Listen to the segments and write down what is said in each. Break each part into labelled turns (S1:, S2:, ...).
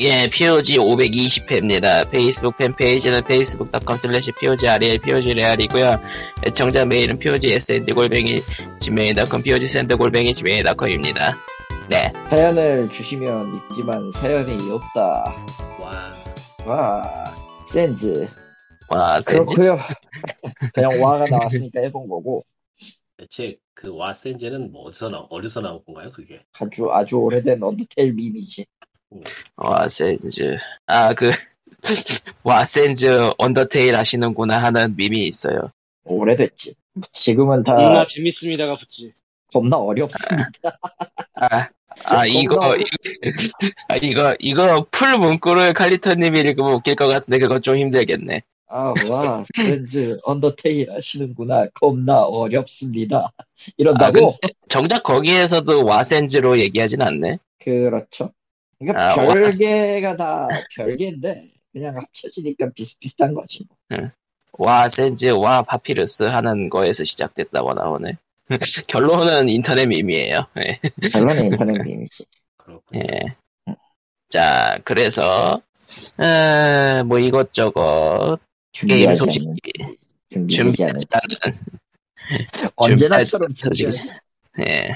S1: 예, POG 520회입니다. 페이스북 팬페이지는 facebook.com slash POGREL, POGREAL이고요. 애청자 메일은 POGSND골뱅이, gmail.com, POGSND골뱅이, gmail.com입니다. 네.
S2: 사연을 주시면 있지만 사연이 없다.
S3: 와.
S2: 와, 센즈.
S1: 와, 센즈.
S2: 그렇고요 그냥 와가 나왔으니까 해본 거고.
S3: 대체 그 와센즈는 뭐 어디서 나 어디서 나온 건가요? 그게 음,
S2: 아주, 아주 오래된 언더테일 밈이지.
S1: 와, 센즈. 아, 그, 와, 센즈 언더테일 아시는구나 하는 밈이 있어요.
S2: 오래됐지. 지금은 다
S4: 겁나 재밌습니다가 붙지.
S2: 겁나 어렵습니다.
S1: 아,
S2: 어,
S1: 아, 이거, 아, 이거, 이거 풀 문구를 칼리터님이 읽으면 웃길 것 같은데 그건 좀 힘들겠네.
S2: 아, 와, 센즈, 언더테일 하시는구나. 겁나 어렵습니다. 이런다고?
S1: 아, 정작 거기에서도 와센즈로 얘기하진 않네.
S2: 그렇죠. 그러니까
S1: 아,
S2: 별개가 다 별개인데, 그냥 합쳐지니까 비슷비슷한 거지. 뭐.
S1: 와 센즈 와 파피루스 하는 거에서 시작됐다고 나오네. 결론은 인터넷 밈이에요. 예.
S2: 결론은 인터넷 밈이지.
S3: 그렇군요.
S1: 예. 자 그래서 에, 뭐 이것저것 게임
S2: 준비하지
S1: 소식
S2: 않는, 준비하지 않는.
S1: 준비하지 않은
S2: 언제나처럼
S1: 소식이
S2: 준비하지
S1: 예.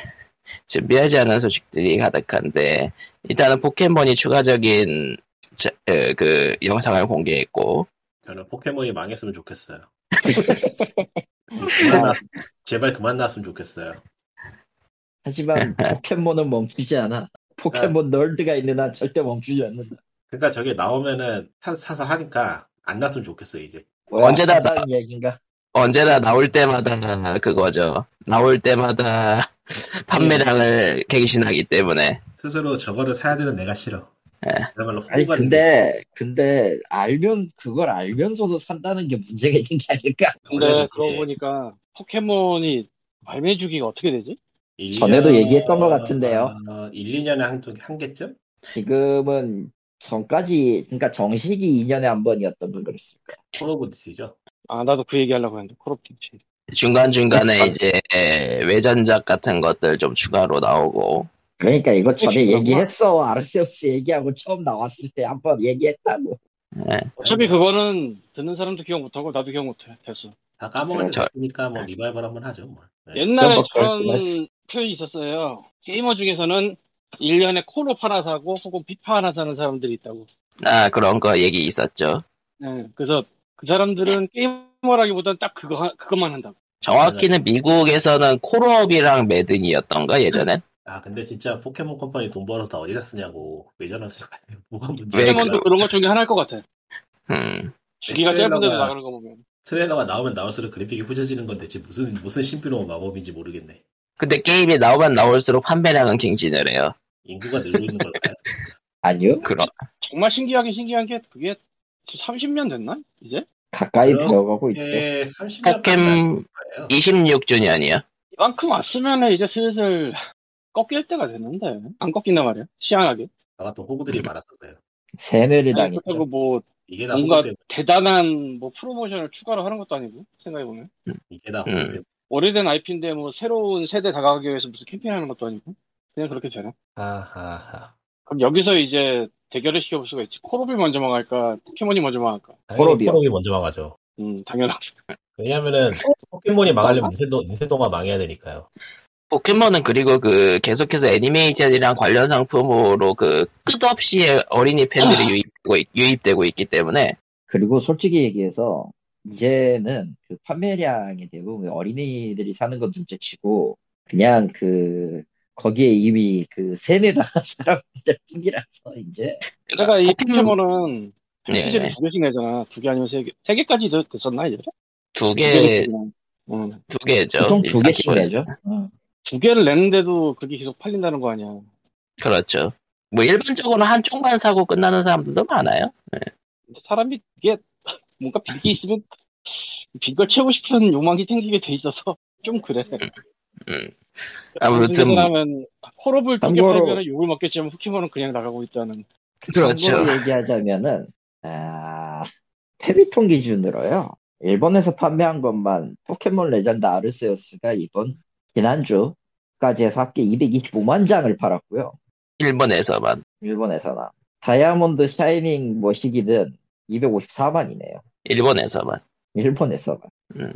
S1: 준비하지 않은 소식들이 가득한데 일단은 포켓몬이 추가적인 자- 에, 그 영상을 공개했고
S3: 저는 포켓몬이 망했으면 좋겠어요.
S2: 아.
S3: 그만 났- 제발 그만 났으면 좋겠어요.
S2: 하지만 포켓몬은 멈추지 않아. 포켓몬 널드가 있는 한 절대 멈추지 않는다.
S3: 그러니까 저게 나오면은 사, 서 하니까 안 났으면 좋겠어요 이제.
S2: 뭐야,
S1: 언제나 나-
S2: 간단한 얘기인가?
S1: 언제나 나올 때마다 그거죠. 나올 때마다
S2: 예.
S1: 판매량을 갱신하기 때문에
S3: 스스로 저거를 사야 되는 내가 싫어.
S1: 예.
S3: 그야말로
S2: 아니
S3: 호구가 되는
S2: 근데 근데 알면 그걸 알면서도 산다는 게 문제가 있는 게 아닐까?
S4: 근데
S3: 원래는
S4: 그러고
S3: 그게
S4: 보니까 포켓몬이 발매 주기가 어떻게 되지?
S3: 일
S2: 전에도
S3: 년-
S2: 얘기했던 것 같은데요.
S3: 어, 1, 2년에 한, 한 개쯤?
S2: 지금은 전까지 그러니까 정식이 2년에 한 번이었던 건 그랬습니다.
S3: 콜오브디스죠.
S4: 아 나도 그 얘기하려고 했는데 콜옵티치.
S1: 중간 중간에 이제 외전작 같은 것들 좀 추가로 나오고
S2: 그러니까 이거 전에
S4: 그렇구나.
S2: 얘기했어 아르세우스 얘기하고 처음 나왔을 때 한 번 얘기했다고.
S4: 어차피 그거는 듣는 사람도 기억 못하고 나도 기억 못해. 됐어.
S3: 다
S2: 음,
S3: 까먹을
S1: 저-
S3: 때 됐으니까 뭐 리바이벌 한번 하죠 뭐. 네.
S4: 옛날에
S2: 그건
S4: 저런
S2: 그렇구나.
S4: 표현이 있었어요. 게이머 중에서는 1년에 콜옵 하나 사고 혹은 피파 하나 사는 사람들이 있다고.
S1: 아 그런 거 얘기 있었죠.
S4: 네, 그래서 그 사람들은 게이머라기보단 딱 그거 하- 그것만 한다고.
S1: 정확히는 미국에서는 콜옵이랑 매든이었던가 예전엔
S3: 아 근데 진짜 포켓몬 컴퍼니 돈 벌어서 다 어디다 쓰냐고 외전을 쓰고 뭐가 문제야
S1: 왜
S4: 포켓몬도
S1: 그러-
S4: 그런 것 중에 하나일 것 같아.
S1: 음,
S4: 주기가 짧은 데도
S3: 트레일러가-
S4: 나가는 거 보면.
S3: 트레일러가 나오면 나올수록 그래픽이 후져지는 건 대체 무슨 무슨 신비로운 마법인지 모르겠네
S1: 근데 게임이 나오면 나올수록 판매량은 갱신을 해요.
S3: 인구가 늘고 있는 걸까요?
S2: 아니요
S1: 그런
S4: 정말 신기하긴 신기한 게 그게 30년 됐나? 이제?
S2: 가까이
S3: 그럼?
S2: 들어가고 있대.
S3: 예, 30년
S1: 포켓
S3: 거예요
S1: 26주년이요.
S4: 이만큼 왔으면 이제 슬슬 꺾일 때가 됐는데 안 꺾이나 말이야. 시원하게.
S3: 나 같은
S5: 음.
S3: 호구들이 많았었어요
S2: 세뇌를
S4: 아니,
S2: 당했죠.
S4: 그렇다고 뭐
S3: 이게 다
S4: 뭔가
S3: 호구 때문에
S4: 대단한 뭐 프로모션을 추가로 하는 것도 아니고 생각해보면
S3: 이게 다 호구
S1: 음.
S3: 때문에
S4: 오래된 IP인데 뭐 새로운 세대 다가가기 위해서 무슨 캠페인하는 것도 아니고 그냥 그렇게 되나?
S3: 하하하
S4: 그럼 여기서 이제 대결을 시켜볼 수가 있지. 코로비 먼저 망할까? 포켓몬이 먼저 망할까?
S2: 호럽이요.
S3: 호럽이 먼저 망하죠
S4: 음 당연하죠.
S3: 왜냐면은 포켓몬이 망하려면 닌텐도, 닌텐도가 망해야 되니까요
S1: 포켓몬은 그리고 그 계속해서 애니메이션이랑 관련 상품으로 그 끝없이 어린이 팬들이 유입되고, 있- 유입되고 있기 때문에
S2: 그리고 솔직히 얘기해서 이제는 그 판매량이 대부분 그 어린이들이 사는 건 둘째치고 그냥 그 거기에 이미 그 세뇌당한 사람들 뿐이라서 이제
S4: 내가 그러니까 이
S1: 포켓몬 네.
S4: 포켓몬은 패키지를 두 개씩 내잖아. 두 개 아니면 세 개. 세 개까지 도 됐었나 이제?
S1: 두
S4: 두
S1: 개,
S4: 개를 그냥. 음,
S1: 두 개죠.
S2: 보통 두
S1: 일단
S2: 개씩
S1: 기본-
S2: 내죠. 어.
S4: 두 개를 냈는데도 그게 계속 팔린다는 거 아니야.
S1: 그렇죠. 뭐 일반적으로 한쪽만 사고 끝나는 사람들도 많아요.
S4: 근데 사람이 이게 뭔가 빈게 있으면 빈걸 채우고 싶은 욕망이 생기게 돼 있어서 좀 그래.
S1: 음. 아무튼 뭐,
S4: 하면 콜업을 두개
S2: 참고로-
S4: 팔면 욕을 먹겠지만 포켓몬은 그냥 나가고 있다는.
S1: 그렇죠.
S2: 참고로 얘기하자면은 아, 페비통 기준으로요. 일본에서 판매한 것만 포켓몬 레전드 아르세우스가 이번 지난주까지 해서 합계 225만 장을 팔았고요.
S1: 일본에서만.
S2: 일본에서나 다이아몬드 샤이닝 뭐 머시기는 254만이네요.
S1: 일본에서만.
S2: 일본에서만.
S1: 음.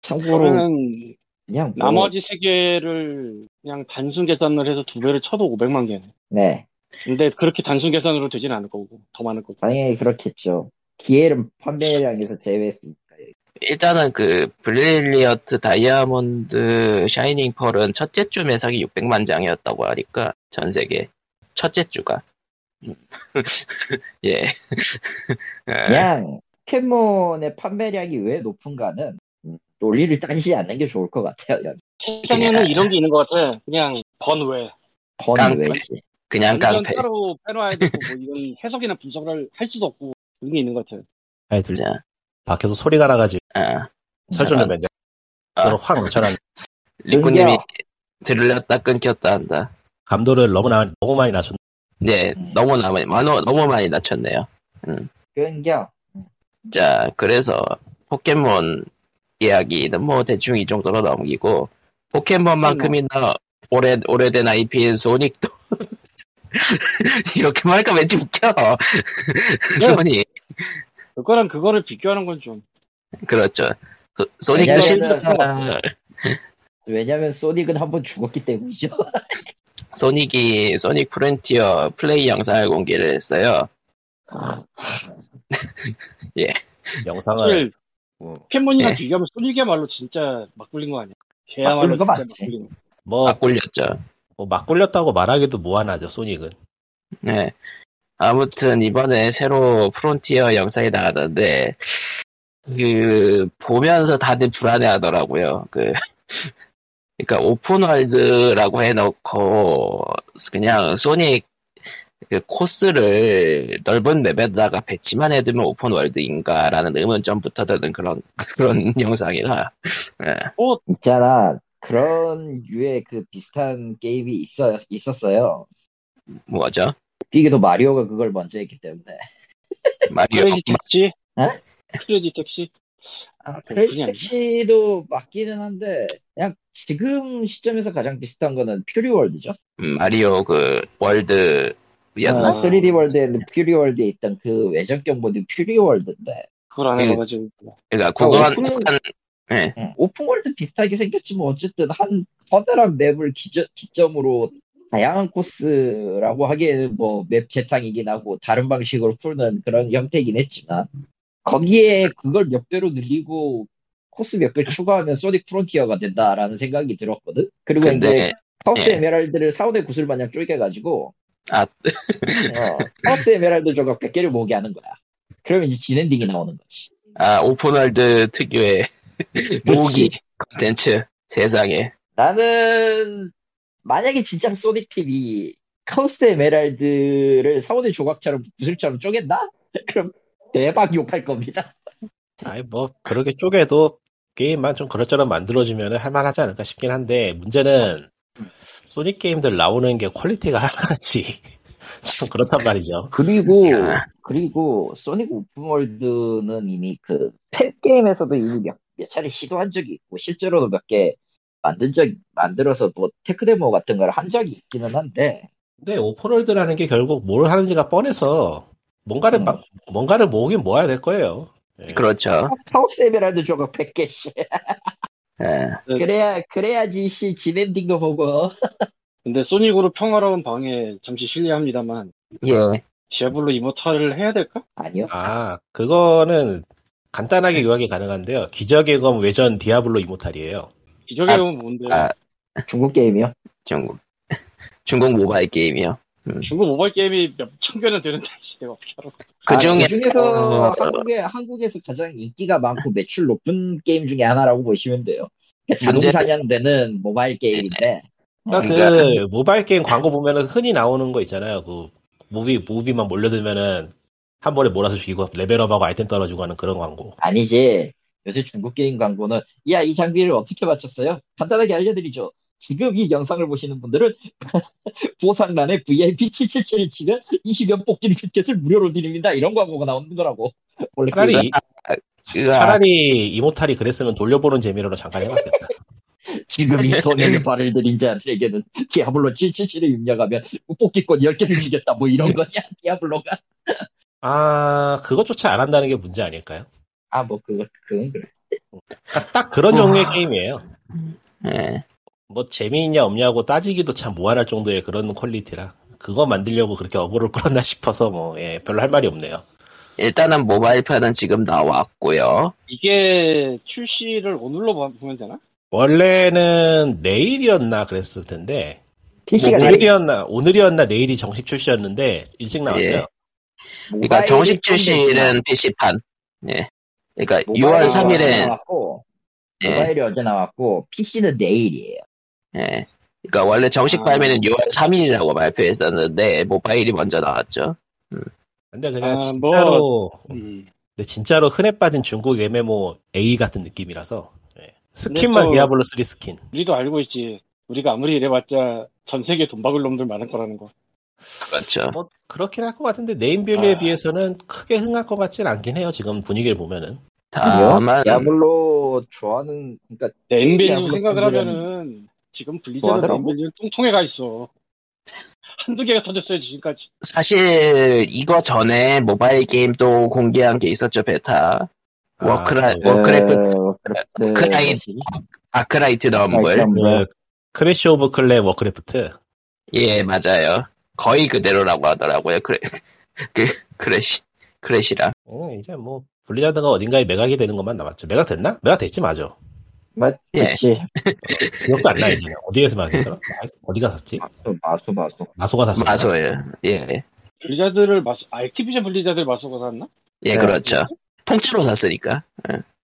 S2: 참고로
S4: 그러면
S2: 그냥 뭐-
S4: 나머지 세 개를 그냥 단순 계산을 해서 두 배를 쳐도 500만 개네.
S2: 네
S4: 근데 그렇게 단순 계산으로 되진 않을 거고 더 많을 거고.
S2: 당연히 그렇겠죠. 기회는 판매량에서 제외했으니까
S1: 일단은 그 브릴리어트 다이아몬드 샤이닝 펄은 첫째 주 매상이 600만 장이었다고 하니까 전 세계 첫째 주가 예 예.
S2: 그냥 포켓몬의 판매량이 왜 높은가는 음, 논리를 따지지 않는 게 좋을 것 같아요. 여기.
S4: 세상에는
S1: 예.
S4: 이런 게 있는 것 같아. 그냥 번외.
S2: 번은
S1: 깡-
S2: 왜지?
S1: 그냥
S4: 완전
S1: 깡패
S4: 따로 빼놔야 되고 뭐 이런 해석이나 분석을 할 수도 없고 그런 게 있는 것 같아요.
S1: 자,
S5: 하여튼 밖에서 소리가 나가지
S1: 아,
S5: 설전을 맨날
S1: 아.
S5: 서로 확 넘쳐난
S1: 리코님이 들렸다 끊겼다 한다
S5: 감도를 너무 나, 너무 많이 낮췄
S1: 네
S2: 음.
S1: 너무 나 많이 너무 많이 낮췄네요
S2: 끈겨.
S1: 자, 그래서 포켓몬 이야기는 뭐 대충 이 정도로 넘기고 포켓몬만큼이나 오래 오래된 IP인 소닉도 이렇게 말까 왠지 웃겨. 소닉
S4: 그거랑 그거를 비교하는 건 좀.
S1: 그렇죠. 소, 소닉도
S2: 왜냐면은-
S1: 실사가
S2: 왜냐면 소닉은 한 번 죽었기 때문이죠.
S1: 소닉이 소닉 프론티어 플레이 영상을 공개를 했어요.
S5: 영상을
S4: 사실
S5: 음,
S4: 포켓몬이랑
S1: 네. 예.
S4: 그 비교하면 소닉이야말로 진짜 막 굴린 거 아니야. 걔야말로
S2: 막 굴린 거
S4: 진짜
S2: 맞지.
S4: 막 굴린 거.
S5: 뭐,
S1: 막 굴렸죠.
S5: 뭐막 굴렸다고 말하기도 무한하죠 소닉은
S1: 네. 아무튼 이번에 새로 프론티어 영상이 나왔는데 그 보면서 다들 불안해하더라고요. 그 그러니까 오픈월드라고 해놓고 그냥 소닉 그 코스를 넓은 맵에다가 배치만 해두면 오픈월드인가라는 의문점부터 드는 그런 그런 영상이라
S2: 있잖아. 그런 유의 그 비슷한 게임이 있어, 있었어요.
S1: 뭐죠?
S2: 비기도 마리오가 그걸 먼저 했기 때문에.
S1: 마리오
S4: 크레이지 택시?
S2: 어?
S4: 크레이지 택시?
S2: 아, 크레이지
S4: 그게
S2: 택시도 맞기는 한데, 그냥 지금 시점에서 가장 비슷한 거는 퓨리 월드죠.
S1: 마리오 그 월드였나?
S2: 어, 3D 월드에 있는 퓨리 월드에 있던 그 외전격 모드 퓨리 월드인데,
S4: 그걸 안
S1: 예.
S4: 해봐가지고.
S1: 그러니까 구간
S2: 아, 오픈-
S1: 구간 예.
S2: 응, 오픈 월드 비슷하게 생겼지만 뭐. 어쨌든 한 커다란 맵을 기저, 기점으로 다양한 코스라고 하기에는 뭐 맵 재탕이긴 하고 다른 방식으로 푸는 그런 형태이긴 했지만 거기에 그걸 몇 배로 늘리고 코스 몇 개 추가하면 소닉 프론티어가 된다라는 생각이 들었거든. 그리고 이제
S1: 근데
S2: 하우스
S1: 예.
S2: 에메랄드를 사원의 구슬 마냥 쪼개가지고
S1: 아
S2: 어, 하우스 에메랄드 조각 100개를 모으게 하는 거야. 그러면 이제 진엔딩이 나오는 거지.
S1: 아, 오픈월드 특유의 모기 컨텐츠 세상에.
S2: 나는 만약에 진짜 소닉 팀이 카우스 에메랄드를 사원의 조각처럼 구슬처럼 쪼갠다? 그럼 대박 욕할 겁니다.
S5: 아니 뭐 그렇게 쪼개도 게임만 좀 그럴저럴 만들어지면 할만하지 않을까 싶긴 한데 문제는 소닉 게임들 나오는 게 퀄리티가 하나같이 좀 그렇단 말이죠
S2: 그리고
S1: 야.
S2: 그리고 소닉 오픈월드는 이미 그 팬게임에서도 이미 몇, 몇 차례 시도한 적이 있고 실제로도 몇 개 만든 적 만들어서 뭐 테크 데모 같은 걸 한 적이 있기는 한데
S5: 근데 오픈월드라는 게 결국 뭘 하는지가 뻔해서 뭔가를
S2: 음.
S5: 막- 뭔가를 모으긴 모아야 될 거예요 예.
S2: 어?
S1: 그렇죠.
S2: 카우스 에메랄드 조각 100개씩
S1: 예.
S2: 그래야 그래야지 씨 진엔딩도 보고
S4: 근데 소닉으로 평화로운 방에 잠시 실례합니다만
S1: 예.
S4: 디아블로 이모탈을 해야 될까?
S2: 아니요
S5: 아 그거는 간단하게 요약이 가능한데요 기적의 검 외전 디아블로 이모탈이에요
S4: 기적의
S1: 아,
S4: 검은 뭔데?
S1: 아.
S2: 중국 게임이요
S1: 중국. 중국 모바일 게임이요.
S4: 중국 모바일 게임이 몇천 개나 되는데 씨, 내가 어떻게 알아?
S1: 그 중에서,
S2: 중에서 어, 한국에, 한국에서 가장 인기가 많고 매출 높은 게임 중에 하나라고 보시면 돼요. 그러니까 자동
S1: 문제는-
S2: 사냥되는 모바일 게임인데
S5: 그러니까 그 모바일 게임 광고 보면은 흔히 나오는 거 있잖아요. 그 무비 무비만 몰려들면은 한 번에 몰아서 죽이고 레벨업하고 아이템 떨어지고 하는 그런 광고.
S2: 아니지. 요새 중국 게임 광고는 야 이 장비를 어떻게 맞췄어요? 간단하게 알려드리죠. 지금 이 영상을 보시는 분들은 보상란에 VIP 777을 치면 20연 뽑기를 티켓을 무료로 드립니다. 이런 광고가 나오는 거라고. 원래
S5: 차라리 그 이-
S1: 으아,
S5: 차라리 이모탈이 그랬으면 돌려보는 재미로 잠깐 해봤겠다.
S2: 그 지금 이 손에는 발을 들인 자들에게는 디아블로 777을 입력하면 뭐 뽑기권 10개를 주겠다 뭐 이런 거냐 디아블로가
S5: 아, 그것조차 안 한다는 게 문제 아닐까요?
S2: 아 뭐 그거 그건 그래
S5: 그러니까 딱 그런 종류의
S1: 아.
S5: 게임이에요.
S1: 예.
S5: 뭐 재미있냐 없냐고 따지기도 참 무한할 정도의 그런 퀄리티라. 그거 만들려고 그렇게 억울을 끌었나 싶어서 뭐, 예, 별로 할 말이 없네요.
S1: 일단은 모바일판은 지금 나왔고요.
S4: 이게 출시를 오늘로 봐- 보면 되나?
S5: 원래는 내일이었나 그랬을 텐데,
S2: PC가
S1: 뭐,
S5: 내일이었나, 오늘이었나 내일이 정식 출시였는데, 일찍 나왔어요.
S1: 예. 그러니까 정식 출시는 PC판. 예. 그러니까 6월 3일엔
S2: 나왔고,
S1: 예.
S2: 모바일이 어제 나왔고 PC는 내일이에요
S1: 예. 그러니까 원래 정식
S4: 아.
S1: 발매는 6월 3일이라고 발표했었는데 모바일이 먼저 나왔죠.
S5: 근데 그냥
S4: 아,
S5: 진짜로,
S4: 음.
S5: 근데 진짜로 흔해 빠진 중국 MMO A 같은 느낌이라서, 예. 스킨만
S4: 또-
S5: 디아블로 3 스킨.
S4: 우리도 알고 있지. 우리가 아무리 이래봤자 전 세계 돈 박을 놈들 많을 거라는 거.
S1: 그렇죠.
S5: 뭐 그렇긴 할 것 같은데 네임 밸류에
S4: 어? 아.
S5: 비해서는 크게 흥할 것 같진 않긴 해요. 지금 분위기를 보면은
S1: 아, 다만
S2: 디아블로 좋아하는 그러니까
S4: 네임 밸류
S2: 아무것도
S4: 생각을
S2: 안 되는-
S4: 하면은 지금 블리자드
S2: 뭐하더라고?
S4: 네임 밸류 똥통에 가 있어. 한두 개가 터졌어요 지금까지.
S1: 사실 이거 전에 모바일 게임도 공개한 게 있었죠 베타. 워크라-
S2: 네.
S5: 그,
S1: 워크래프트.
S2: 어, 워크래프트
S1: 워크라이트. 아크라이트 럼블.
S5: 네.
S4: 네.
S2: 럼블.
S5: 크래시 오브 클레 워크래프트
S1: 예 맞아요. 거의 그대로라고 하더라고요. 그래 그 크래시 크래시랑.
S5: 음, 이제 뭐 블리자드가 어딘가에 매각이 되는 것만 남았죠. 매각 됐나? 매각 됐지 맞아.
S2: 맞-
S1: 예.
S2: 그치
S5: 기억도 안 나요. 지금. 어디에서 매각했더라? 아, 어디가 샀지?
S2: 마소 마소 마소
S5: 마소가 샀어.
S1: 마소예요. 예.
S4: 블리자드를 마스 알티비전 블리자드를 마소가 샀나?
S1: 예
S2: 네.
S1: 그렇죠. 통째로 샀으니까.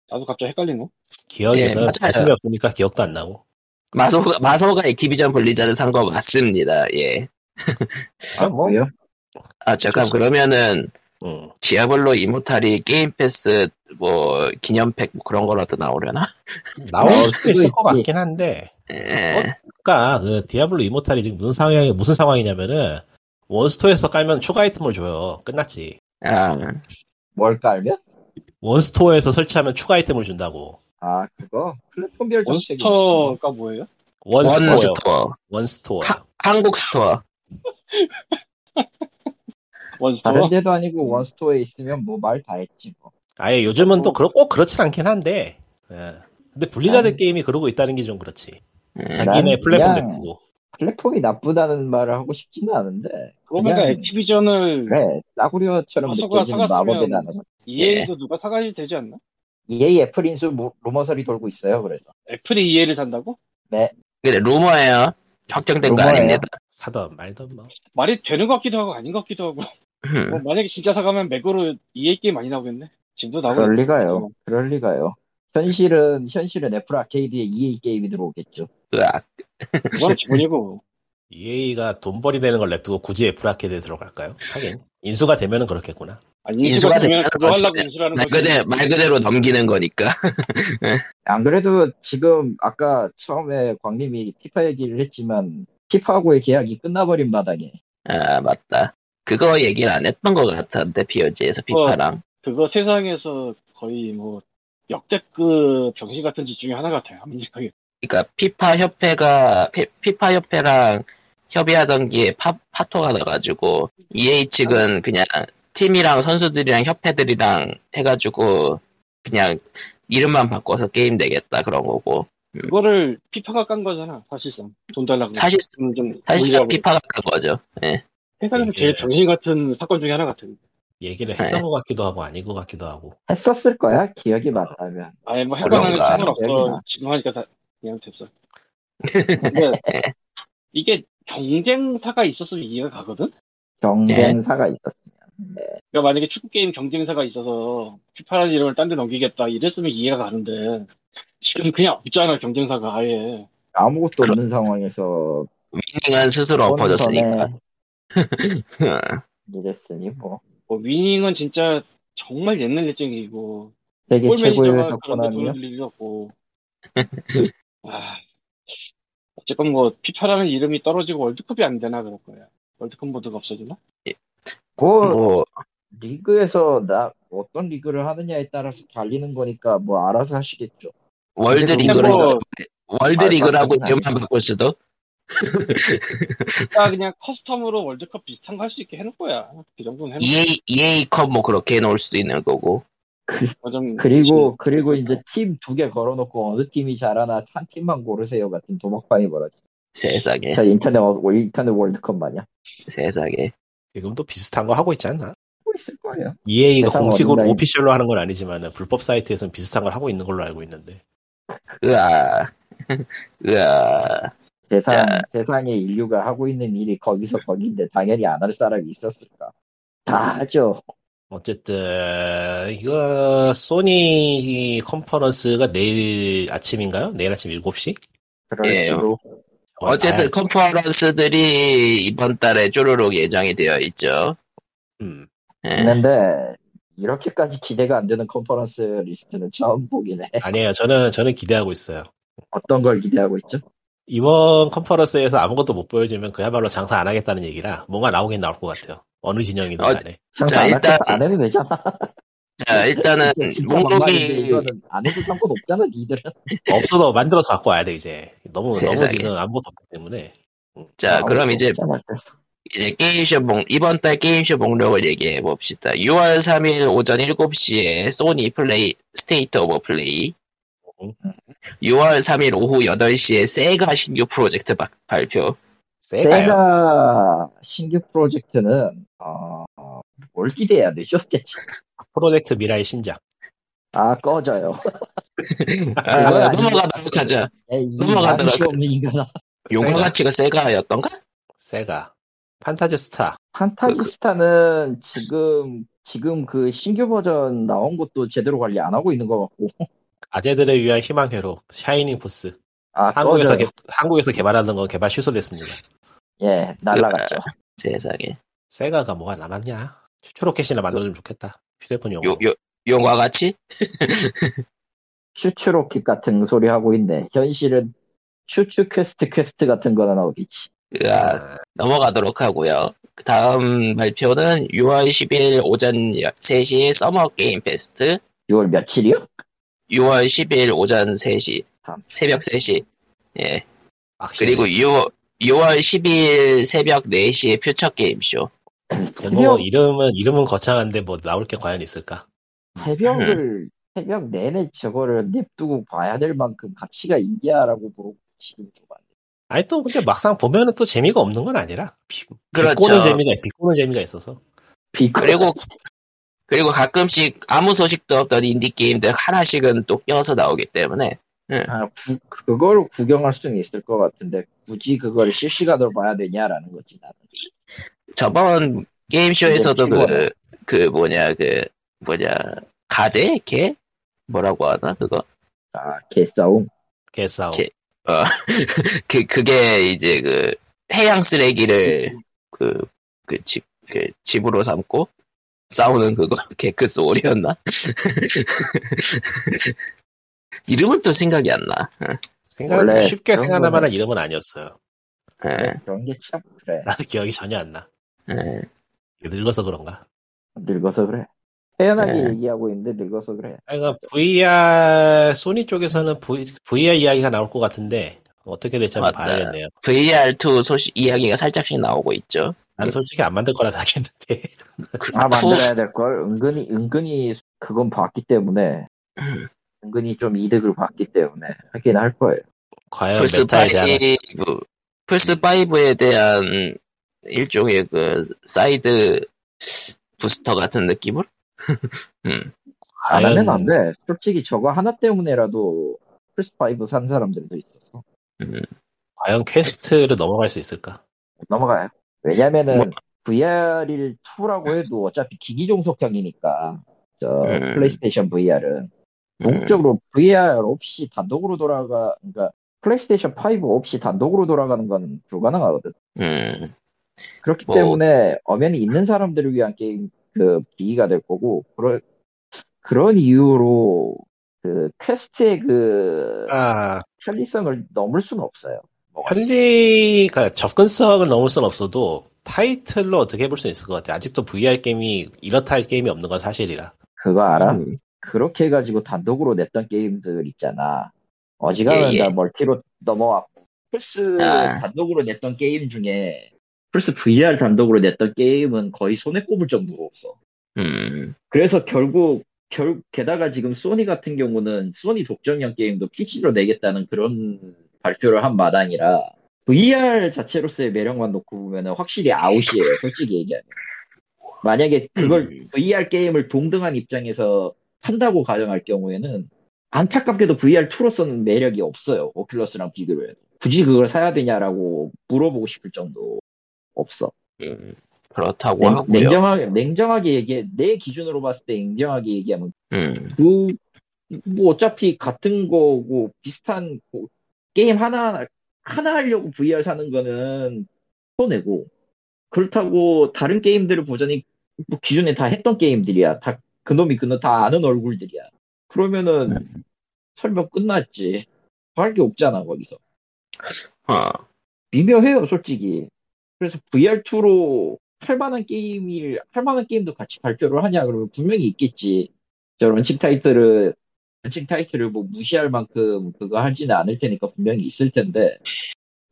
S4: 나도 갑자기 헷갈리네.
S1: 예,
S5: 기억에는
S1: 맞아요.
S5: 관심이 없으니까 기억도 안 나고.
S1: 마소가 마소가 액티비전 블리자드 산 거 맞습니다. 예.
S5: 아, 뭐,
S2: 뭐요?
S1: 아 잠깐
S5: 좋습니다.
S1: 그러면은
S5: 음.
S1: 디아블로 이모탈이 게임 패스 뭐 기념팩 뭐 그런 거라도 나오려나?
S5: 음. 나올
S2: 나올
S5: 수도 있을
S2: 수도
S5: 것
S2: 있지.
S5: 같긴 한데
S1: 예.
S5: 그러니까 그 디아블로 이모탈이 지금 무슨 상황이 무슨 상황이냐면은 원스토어에서 깔면 추가 아이템을 줘요. 끝났지.
S1: 아,
S2: 뭘까 알면?
S5: 원스토어에서 설치하면 추가 아이템을 준다고.
S2: 아 그거 플랫폼별 정책이
S4: 원스터가 뭐예요?
S1: 원
S5: 원스토어요.
S1: 스토어.
S5: 원스토어.
S1: 하- 한국 스토어.
S4: 원스터.
S2: 다른 데도 아니고 원스토어에 있으면 뭐 말 다 했지 뭐
S5: 아예 요즘은 또 그렇, 꼭 그렇진 않긴 한데. 예. 근데 블리자드
S2: 아니.
S5: 게임이 그러고 있다는 게 좀 그렇지.
S1: 예.
S5: 자기네
S2: 난
S5: 플랫폼
S2: 그냥-
S5: 내고.
S2: 플랫폼이 나쁘다는 말을 하고 싶지는 않은데
S4: 그거 보니까
S2: 그냥-
S4: 액티비전을
S2: 그래 싸구려처럼
S4: 마소가
S2: 느껴지는
S4: 사갔으면-
S2: 마법의 단어
S4: EA도 누가 사가야 되지 않나?
S2: EA 애플 인수 무- 루머설이 돌고 있어요 그래서
S4: 애플이 EA를 산다고?
S1: 그래, 루머예요. 확정된 거
S2: 루머예요.
S1: 아닙니다.
S5: 사던 말던 뭐.
S4: 말이 되는 것 같기도 하고 아닌 것 같기도 하고. 뭐
S1: 음,
S4: 만약에 진짜 사가면 맥으로 EA 게임 많이 나오겠네. 지금도 나오고.
S2: 그럴
S4: 있고.
S2: 리가요 그럴 리가요 현실은 현실은 애플 아케이드에 EA 게임이 들어오겠죠
S1: 으악.
S4: 그건 기본이고.
S5: EA가 돈벌이 되는 걸 냅두고 굳이 애플 아케드에 들어갈까요? 하긴. 인수가 되면은 그렇겠구나.
S4: 아니,
S1: 인수가
S4: 인수가 되면
S1: 됐다는
S4: 그거
S1: 거지.
S4: 하려고 인수라는
S1: 말
S4: 거지.
S1: 그대로, 말 그대로 넘기는 거니까.
S2: 안 그래도 지금 아까 처음에 광님이 피파 얘기를 했지만 피파하고의 계약이 끝나버린 마당에
S1: 아, 맞다. 그거 얘기를 안 했던 것 같은데,
S2: 어.
S1: POG에서 피파랑.
S4: 그거 세상에서 거의 뭐 역대급 병신 같은 짓 중에 하나 같아요. 아무리 생각해도.
S1: 그러니까 피파 협회가 피, 피파 협회랑 협의하던 게 파, 파토가 나가지고 EA 측은 그냥 팀이랑 선수들이랑 협회들이랑 해가지고 그냥 이름만 바꿔서 게임 되겠다 그런 거고
S4: 그거를 피파가 깐 거잖아, 사실상. 돈
S2: 음.
S4: 달라고.
S1: 사실상-
S4: 좀- 좀
S1: 사실상
S4: 올리라고.
S1: 피파가 간 거죠. 예.
S4: 세상에서 제일 병신 같은 사건 중에 하나 같은.
S5: 얘기를
S1: 네.
S5: 했던 것 같기도 하고 아닌 것 같기도 하고.
S2: 했었을 거야 기억이 맞다면
S4: 아예 뭐 해방하는
S1: 그런가?
S4: 상관 없어.
S2: 여기나.
S4: 지금 하니까 다 그냥 됐어. 근데 이게 경쟁사가 있었으면 이해가 가거든?
S2: 경쟁사가 있었으면 네.
S4: 그러니까 만약에 축구 게임 경쟁사가 있어서 피파라는 이름을 딴 데 넘기겠다 이랬으면 이해가 가는데 지금 그냥 없잖아 경쟁사가 아예
S2: 아무것도 없는 상황에서
S1: 위닝은 스스로 엎어졌으니까.
S2: 본선에 이랬으니 뭐
S4: 뭐 위닝은 진짜 정말 옛날 예정이고
S2: 세계
S4: 골
S2: 최고의
S4: 매니저가
S2: 회사
S4: 그런데 돈을
S2: 코나미요
S4: 들일 일 없고 아, 어쨌건 뭐 피파라는 이름이 떨어지고 월드컵이 안 되나 그럴 거야 월드컵 모드가 없어지나?
S2: 그
S1: 뭐
S2: 리그에서 나 어떤 리그를 하느냐에 따라서 달리는 거니까 뭐 알아서 하시겠죠
S1: 월드
S2: 근데
S1: 리그를
S4: 뭐-
S1: 해가-
S2: 아,
S1: 월드리그라고
S2: 말도 안
S1: 이름만 바꿀 수도
S4: 다 그냥 커스텀으로 월드컵 비슷한 거 할 수 있게 해놓을 거야. 그 정도는 해놓을
S1: EA EA 컵뭐 그렇게 해놓을 수도 있는 거고
S4: 거야. 좀
S2: 그리고 그렇죠. 그리고 이제 팀 두 개 걸어놓고 어느 팀이 잘하나 한 팀만 고르세요 같은 도박방이 벌어져.
S1: 세상에
S2: 자 인터넷 월- 인터넷 월드컵 마냥
S1: 세상에
S5: 지금도 비슷한 거 하고 있지 않나?
S2: 하고 있을 거예요.
S5: EA가
S2: 세상
S5: 공식으로
S2: 어딘가에.
S5: 오피셜로 하는 건 아니지만 불법 사이트에서는 비슷한 걸 하고 있는 걸로 알고 있는데
S1: 으아 으아
S2: 세상
S1: 자.
S2: 세상에 인류가 하고 있는 일이 거기서 거기인데 당연히 안 할 사람이 있었을까? 다 하죠.
S5: 어쨌든 이거 소니 컨퍼런스가 내일 아침인가요? 내일 아침 7시?
S1: 예.
S2: 그럴지도
S5: 뭐, 아.
S1: 어쨌든 컨퍼런스들이 이번 달에 쪼르륵 예정이 되어 있죠
S5: 음,
S1: 예.
S2: 네. 있는데 이렇게까지 기대가 안 되는 컨퍼런스 리스트는 처음 보긴 해.
S5: 아니에요. 저는 저는 기대하고 있어요.
S2: 어떤 걸 기대하고 있죠?
S5: 이번 컨퍼런스에서 아무것도 못 보여주면 그야말로 장사 안 하겠다는 얘기라 뭔가 나오긴 나올 것 같아요. 어느 진영이든
S1: 어,
S5: 간에.
S2: 장사
S1: 자,
S2: 안,
S1: 일단-
S2: 일단... 안 해도 되잖아.
S1: 자 일단은
S2: 진짜- 진짜 막말인데
S1: 음, 목록이
S2: 이거는 안 해도 상관없잖아 니들은.
S5: 없어도 만들어서 갖고 와야 돼 이제. 너무 너무
S1: 세상에.
S5: 지금 아무것도 없기 때문에.
S1: 자 그럼 이제
S2: 없잖아.
S1: 이제 게임쇼 목, 이번 달 게임쇼 목록을 얘기해 봅시다. 6월 3일 오전 7시에 소니 플레이, 스테이트 오버 플레이.
S5: 음.
S1: 6월 3일 오후 8시에 세가 신규 프로젝트 박- 발표. 예.
S5: 세가요.
S2: 제가 신규 프로젝트는 어, 뭘 기대해야 되죠? 대체?
S5: 프로젝트 미라의 신작.
S2: 아 꺼져요.
S1: 아,
S2: 그건 아니죠.
S1: 넘어가도록 하자.
S2: 에이,
S1: 넘어가더라.
S2: 양심 없는 인간아.
S1: 용어
S5: 세가.
S1: 가치가 세가였던가?
S5: 세가. 판타지 스타.
S2: 판타지스타는 지금 지금 그 신규 버전 나온 것도 제대로 관리 안 하고 있는 것 같고.
S5: 아재들을 위한 희망 회로. 샤이닝 포스.
S2: 아
S5: 한국에서
S2: 꺼져요.
S5: 개, 한국에서 개발하던 건 개발 취소됐습니다.
S2: 예 날라갔죠.
S1: 세상에.
S5: 세가가 뭐가 남았냐? 슈트로켓이나 만들어주면 좋겠다. 휴대폰 용어.
S1: 요, 요, 용어 가치?
S2: 추추로킥 같은 소리 하고 있네. 현실은 추추 퀘스트 퀘스트 같은 거나 나오겠지.
S1: 으아, 넘어가도록 하고요. 그 다음 발표는 6월 10일 오전 3시 서머 게임 페스트.
S2: 6월 며칠이요?
S1: 6월 10일 오전 3시,
S2: 다음.
S1: 새벽 3시, 예.
S5: 아, 확실히 뭐
S1: 그리고 6월, 6월 10일 새벽 4시에 퓨처 게임쇼.
S5: 제목 이름은 이름은 거창한데 뭐 나올 게 과연 있을까?
S1: 네.
S2: 새벽을 새벽 내내 저거를 냅두고 봐야 될 만큼 가치가 있냐라고 물어보고 지금 좀안 돼.
S5: 아니 또 근데 막상 보면은 또 재미가 없는 건 아니라 비, 비꼬는
S1: 그렇죠.
S5: 네, 재미가 비꼬는 재미가 있어서
S2: 비꼬-
S1: 그리고, 그리고 가끔씩 아무 소식도 없던 인디게임들 하나씩은 또 껴서 나오기 때문에,
S2: 아, 구- 그걸 구경할 수는 있을 것 같은데 굳이 그걸 실시간으로 봐야 되냐라는 거지 나는.
S1: 저번
S5: 네,
S1: 게임쇼에서도
S2: 이거
S1: 그, 그 뭐냐, 그, 뭐냐, 가재? 개? 뭐라고 하나, 그거?
S2: 아 개싸움.
S5: 개싸움.
S1: 개- 그, 그게 이제 그, 해양 쓰레기를 그, 그 집, 그 집으로 삼고 싸우는 그거, 개크스 오리였나? 이름은 또 생각이 안 나.
S5: 생각
S2: 원래
S5: 쉽게
S2: 그런
S5: 생각날
S2: 거는-
S5: 만한 이름은 아니었어요.
S1: 예,
S2: 그런 게 참 그래.
S5: 나도 기억이 전혀 안 나.
S1: 예.
S5: 늙어서 그런가?
S2: 늙어서 그래. 태연하게
S1: 네.
S2: 얘기하고 있는데 늙어서 그래.
S5: 그러니까 VR 소니 쪽에서는 v, VR 이야기가 나올 것 같은데 어떻게 될지 한번
S1: 맞다.
S5: 봐야겠네요.
S1: VR2 소식, 이야기가 살짝씩 나오고 있죠.
S5: 나는 솔직히 안 만들 거라 생각했는데
S1: 그-
S2: 아
S1: 투-
S2: 만들어야 될 걸. 은근히 은근히 그건 봤기 때문에
S1: 음.
S2: 은근히 좀 이득을 봤기 때문에 하긴 할 거예요.
S5: 과연 메타에 대한
S1: 플스5, 플스5에 대한 일종의 그, 사이드 부스터 같은 느낌으로? 음.
S2: 안
S5: 과연-
S2: 하면 안 돼. 솔직히 저거 하나 때문에라도 플스5 산 사람들도 있어서
S5: 과연 퀘스트를 넘어갈 수 있을까?
S2: 넘어가요. 왜냐면은
S1: 뭐-
S2: VR을 2라고 해도 어차피 기기 종속형이니까 저
S1: 음.
S2: 플레이스테이션
S1: 네.
S2: VR은 궁극적으로 VR 없이 단독으로 돌아가 그러니까 플레이스테이션 5 없이 단독으로 돌아가는 건 불가능하거든.
S1: 음,
S2: 그렇기
S1: 뭐-
S2: 때문에 엄연히 있는 사람들을 위한 게임 그 기기가 될 거고 그런 그런 이유로 그 퀘스트의 그
S5: 아
S2: 편리성을 넘을 수는 없어요.
S5: 편리가 접근성을 넘을 순 없어도 타이틀로 어떻게 해볼 수 있을 것 같아. 아직도 VR 게임이 이렇다 할 게임이 없는 건 사실이라.
S2: 그거 알아?
S1: 음.
S2: 그렇게 해가지고 단독으로 냈던 게임들 있잖아.
S1: 예,
S2: 어지간한
S1: 예.
S2: 다 멀티로 넘어왔고 플스
S1: 아.
S2: 단독으로 냈던 게임 중에 플스 VR 단독으로 냈던 게임은 거의 손에 꼽을 정도로 없어.
S1: 음,
S2: 그래서 결국 결 게다가 지금 소니 같은 경우는 소니 독점형 게임도 PC로 내겠다는 그런 발표를 한 마당이라 VR 자체로서의 매력만 놓고 보면 확실히 아웃이에요. 솔직히 얘기하면. 만약에 그걸
S1: 음.
S2: VR 게임을 동등한 입장에서 판다고 가정할 경우에는 안타깝게도 VR2로서는 매력이 없어요. 오큘러스랑 비교를 해도. 굳이 그걸 사야 되냐라고 물어보고 싶을 정도 없어.
S1: 음, 그렇다고
S2: 냉,
S1: 하고요.
S2: 냉정하게, 냉정하게 얘기해, 내 기준으로 봤을 때 냉정하게 얘기하면
S1: 음,
S2: 그, 뭐 어차피 같은 거고 비슷한 거- 게임 하나, 하나 하려고 VR 사는 거는 손해고, 그렇다고 다른 게임들을 보자니 뭐 기존에 다 했던 게임들이야. 다, 그놈이 그놈 다 아는 얼굴들이야. 그러면은 설명 끝났지. 할 게 없잖아, 거기서.
S1: 어,
S2: 미묘해요, 솔직히. 그래서 VR2로 할 만한 게임이, 할 만한 게임도 같이 발표를 하냐, 그러면 분명히 있겠지. 저 런칭 타이틀을, 런칭 타이틀을 뭐 무시할 만큼 그거 하지는 않을 테니까 분명히 있을 텐데,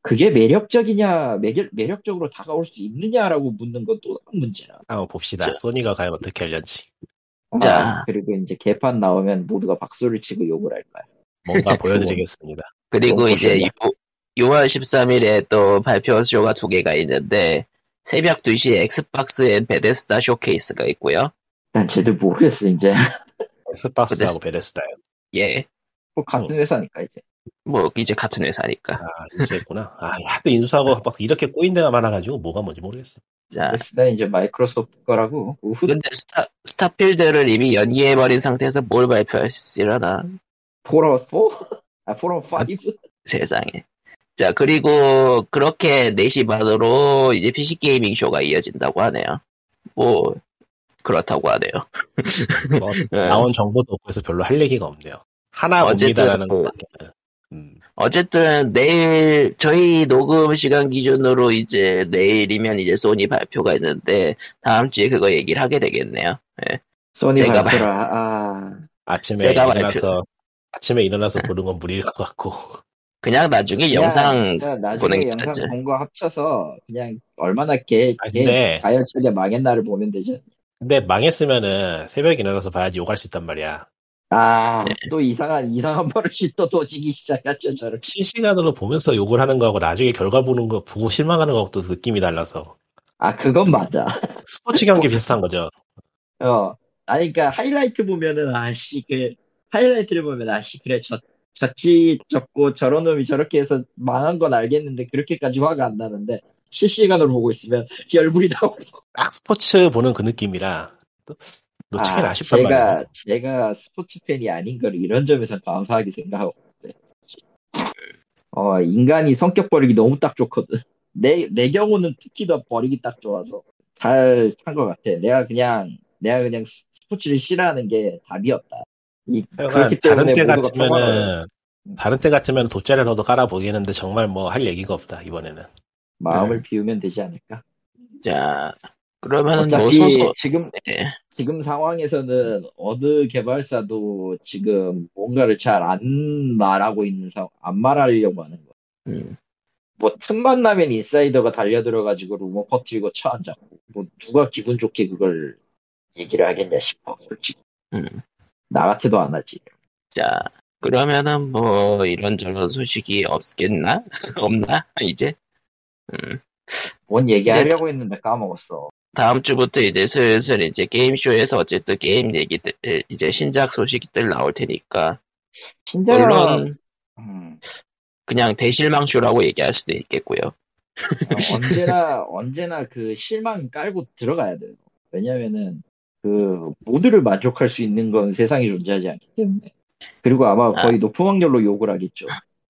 S2: 그게 매력적이냐, 매결, 매력적으로 다가올 수 있느냐라고 묻는 건 또 다른 문제라.
S5: 한번 봅시다. 소니가 과연 어떻게 할련지.
S1: 자.
S2: 아, 그리고 이제 개판 나오면 모두가 박수를 치고 욕을 할 거야.
S5: 뭔가 보여드리겠습니다.
S1: 그리고
S2: 뭐
S1: 이제
S2: 보셨나?
S1: 6, 월 13일에 또 발표쇼가 두 개가 있는데, 새벽 2시에 엑스박스 앤 베데스다 쇼케이스가 있고요.
S2: 난 쟤들 모르겠어, 이제.
S5: 엑스박스하고 베레스다.
S1: 예,
S2: 뭐 같은 회사니까, 이제.
S1: 뭐, 이제 같은 회사니까.
S5: 아, 인수했구나. 아, 하여튼 인수하고 막 이렇게 꼬인 데가 많아가지고 뭐가 뭔지 모르겠어.
S1: 자,
S2: 그래서 이제 마이크로소프트 거라고. 그 우후.
S1: 근데 스타, 스타필드를 이미 연기해버린 상태에서 뭘 발표했으려나.
S2: 폴아웃 4? 아, 폴아웃 5?
S1: 세상에. 자, 그리고 그렇게 4시 반으로 이제 PC 게이밍 쇼가 이어진다고 하네요. 뭐, 그렇다고 하네요.
S5: 뭐,
S1: 예.
S5: 나온 정보도 없고 해서 별로 할 얘기가 없네요. 하나
S1: 어쨌든
S5: 옵니다라는
S1: 그-
S5: 것밖에. 음,
S1: 어쨌든 내일 저희 녹음 시간 기준으로 이제 내일이면 이제 소니 발표가 있는데 다음 주에 그거 얘기를 하게 되겠네요.
S2: 소니
S1: 세가
S2: 발표라. 아,
S5: 아침에
S1: 세가
S5: 일어나서 아침에 일어나서 보는 건 무리일 것 같고
S1: 그냥 나중에
S2: 그냥-
S1: 영상
S2: 그냥
S1: 보는
S2: 나중에
S1: 게
S2: 영상
S1: 낫지.
S2: 본 거 합쳐서 그냥 얼마나 걔,
S5: 아,
S2: 걔
S5: 근데-
S2: 가열차게 망했나를 보면 되지.
S5: 근데 망했으면은 새벽에 일어나서 봐야지 욕할 수 있단 말이야
S2: 아,
S1: 네.
S2: 또 이상한, 이상한 버릇이 또 도지기 시작했죠, 저를.
S5: 실시간으로 보면서 욕을 하는 거하고 나중에 결과 보는 거 보고 실망하는 거하고 또 느낌이 달라서
S2: 아, 그건 맞아.
S5: 스포츠 경기 비슷한 거죠
S2: 어. 아니, 그니까, 하이라이트 보면은, 아씨, 그, 하이라이트를 보면, 아씨, 그래, 저, 저지 졌고, 저런 놈이 저렇게 해서 망한 건 알겠는데, 그렇게까지 화가 안 나는데, 실시간으로 보고 있으면, 열불이 나오고,
S5: 딱 스포츠 보는 그 느낌이라 또 놓치긴 아, 쉽단 말이야
S2: 제가, 제가 스포츠 팬이 아닌 걸 이런 점에서 감사하게 생각하고 있는데. 어, 인간이 성격 버리기 너무 딱 좋거든. 내, 내 경우는 특히 더 버리기 딱 좋아서 잘 탄 것 같아. 내가 그냥, 내가 그냥 스- 스포츠를 싫어하는 게 답이었다. 이,
S5: 하여간
S2: 그렇기
S5: 다른
S2: 때문에
S5: 때
S2: 모두가 평화로워요.
S5: 같으면은 다른 때 같으면 돗자리라도 깔아 보이는데 정말 뭐 할 얘기가 없다 이번에는 네.
S2: 마음을 비우면 되지 않을까?
S1: 자, 그러면은 뭐
S2: 어차피
S1: 소소
S2: 지금,
S1: 네.
S2: 지금 상황에서는 어느 개발사도 지금 뭔가를 잘 안 말하고 있는 상황, 안 말하려고 하는 거.
S1: 음,
S2: 뭐 틈만 나면 인사이더가 달려들어가지고 루머 퍼뜨리고 쳐앉았고 뭐 누가 기분 좋게 그걸 얘기를 하겠냐 싶어 솔직히
S1: 음.
S2: 나 같아도 안 하지
S1: 자, 그러면은 뭐 이런저런 소식이 없겠나? 없나? 이제 음,
S2: 뭔 얘기하려고 했는데 까먹었어
S1: 다음 주부터 이제 슬슬 이제 게임쇼에서 어쨌든 게임 얘기들 이제 신작 소식들 나올 테니까
S2: 진짜
S1: 물론
S2: 음,
S1: 그냥 대실망쇼라고 얘기할 수도 있겠고요.
S2: 어, 언제나 언제나 그 실망 깔고 들어가야 돼요 왜냐면은 그 모두를 만족할 수 있는 건 세상에 존재하지 않기 때문에 그리고 아마 아. 거의 높은 확률로 욕을 하겠죠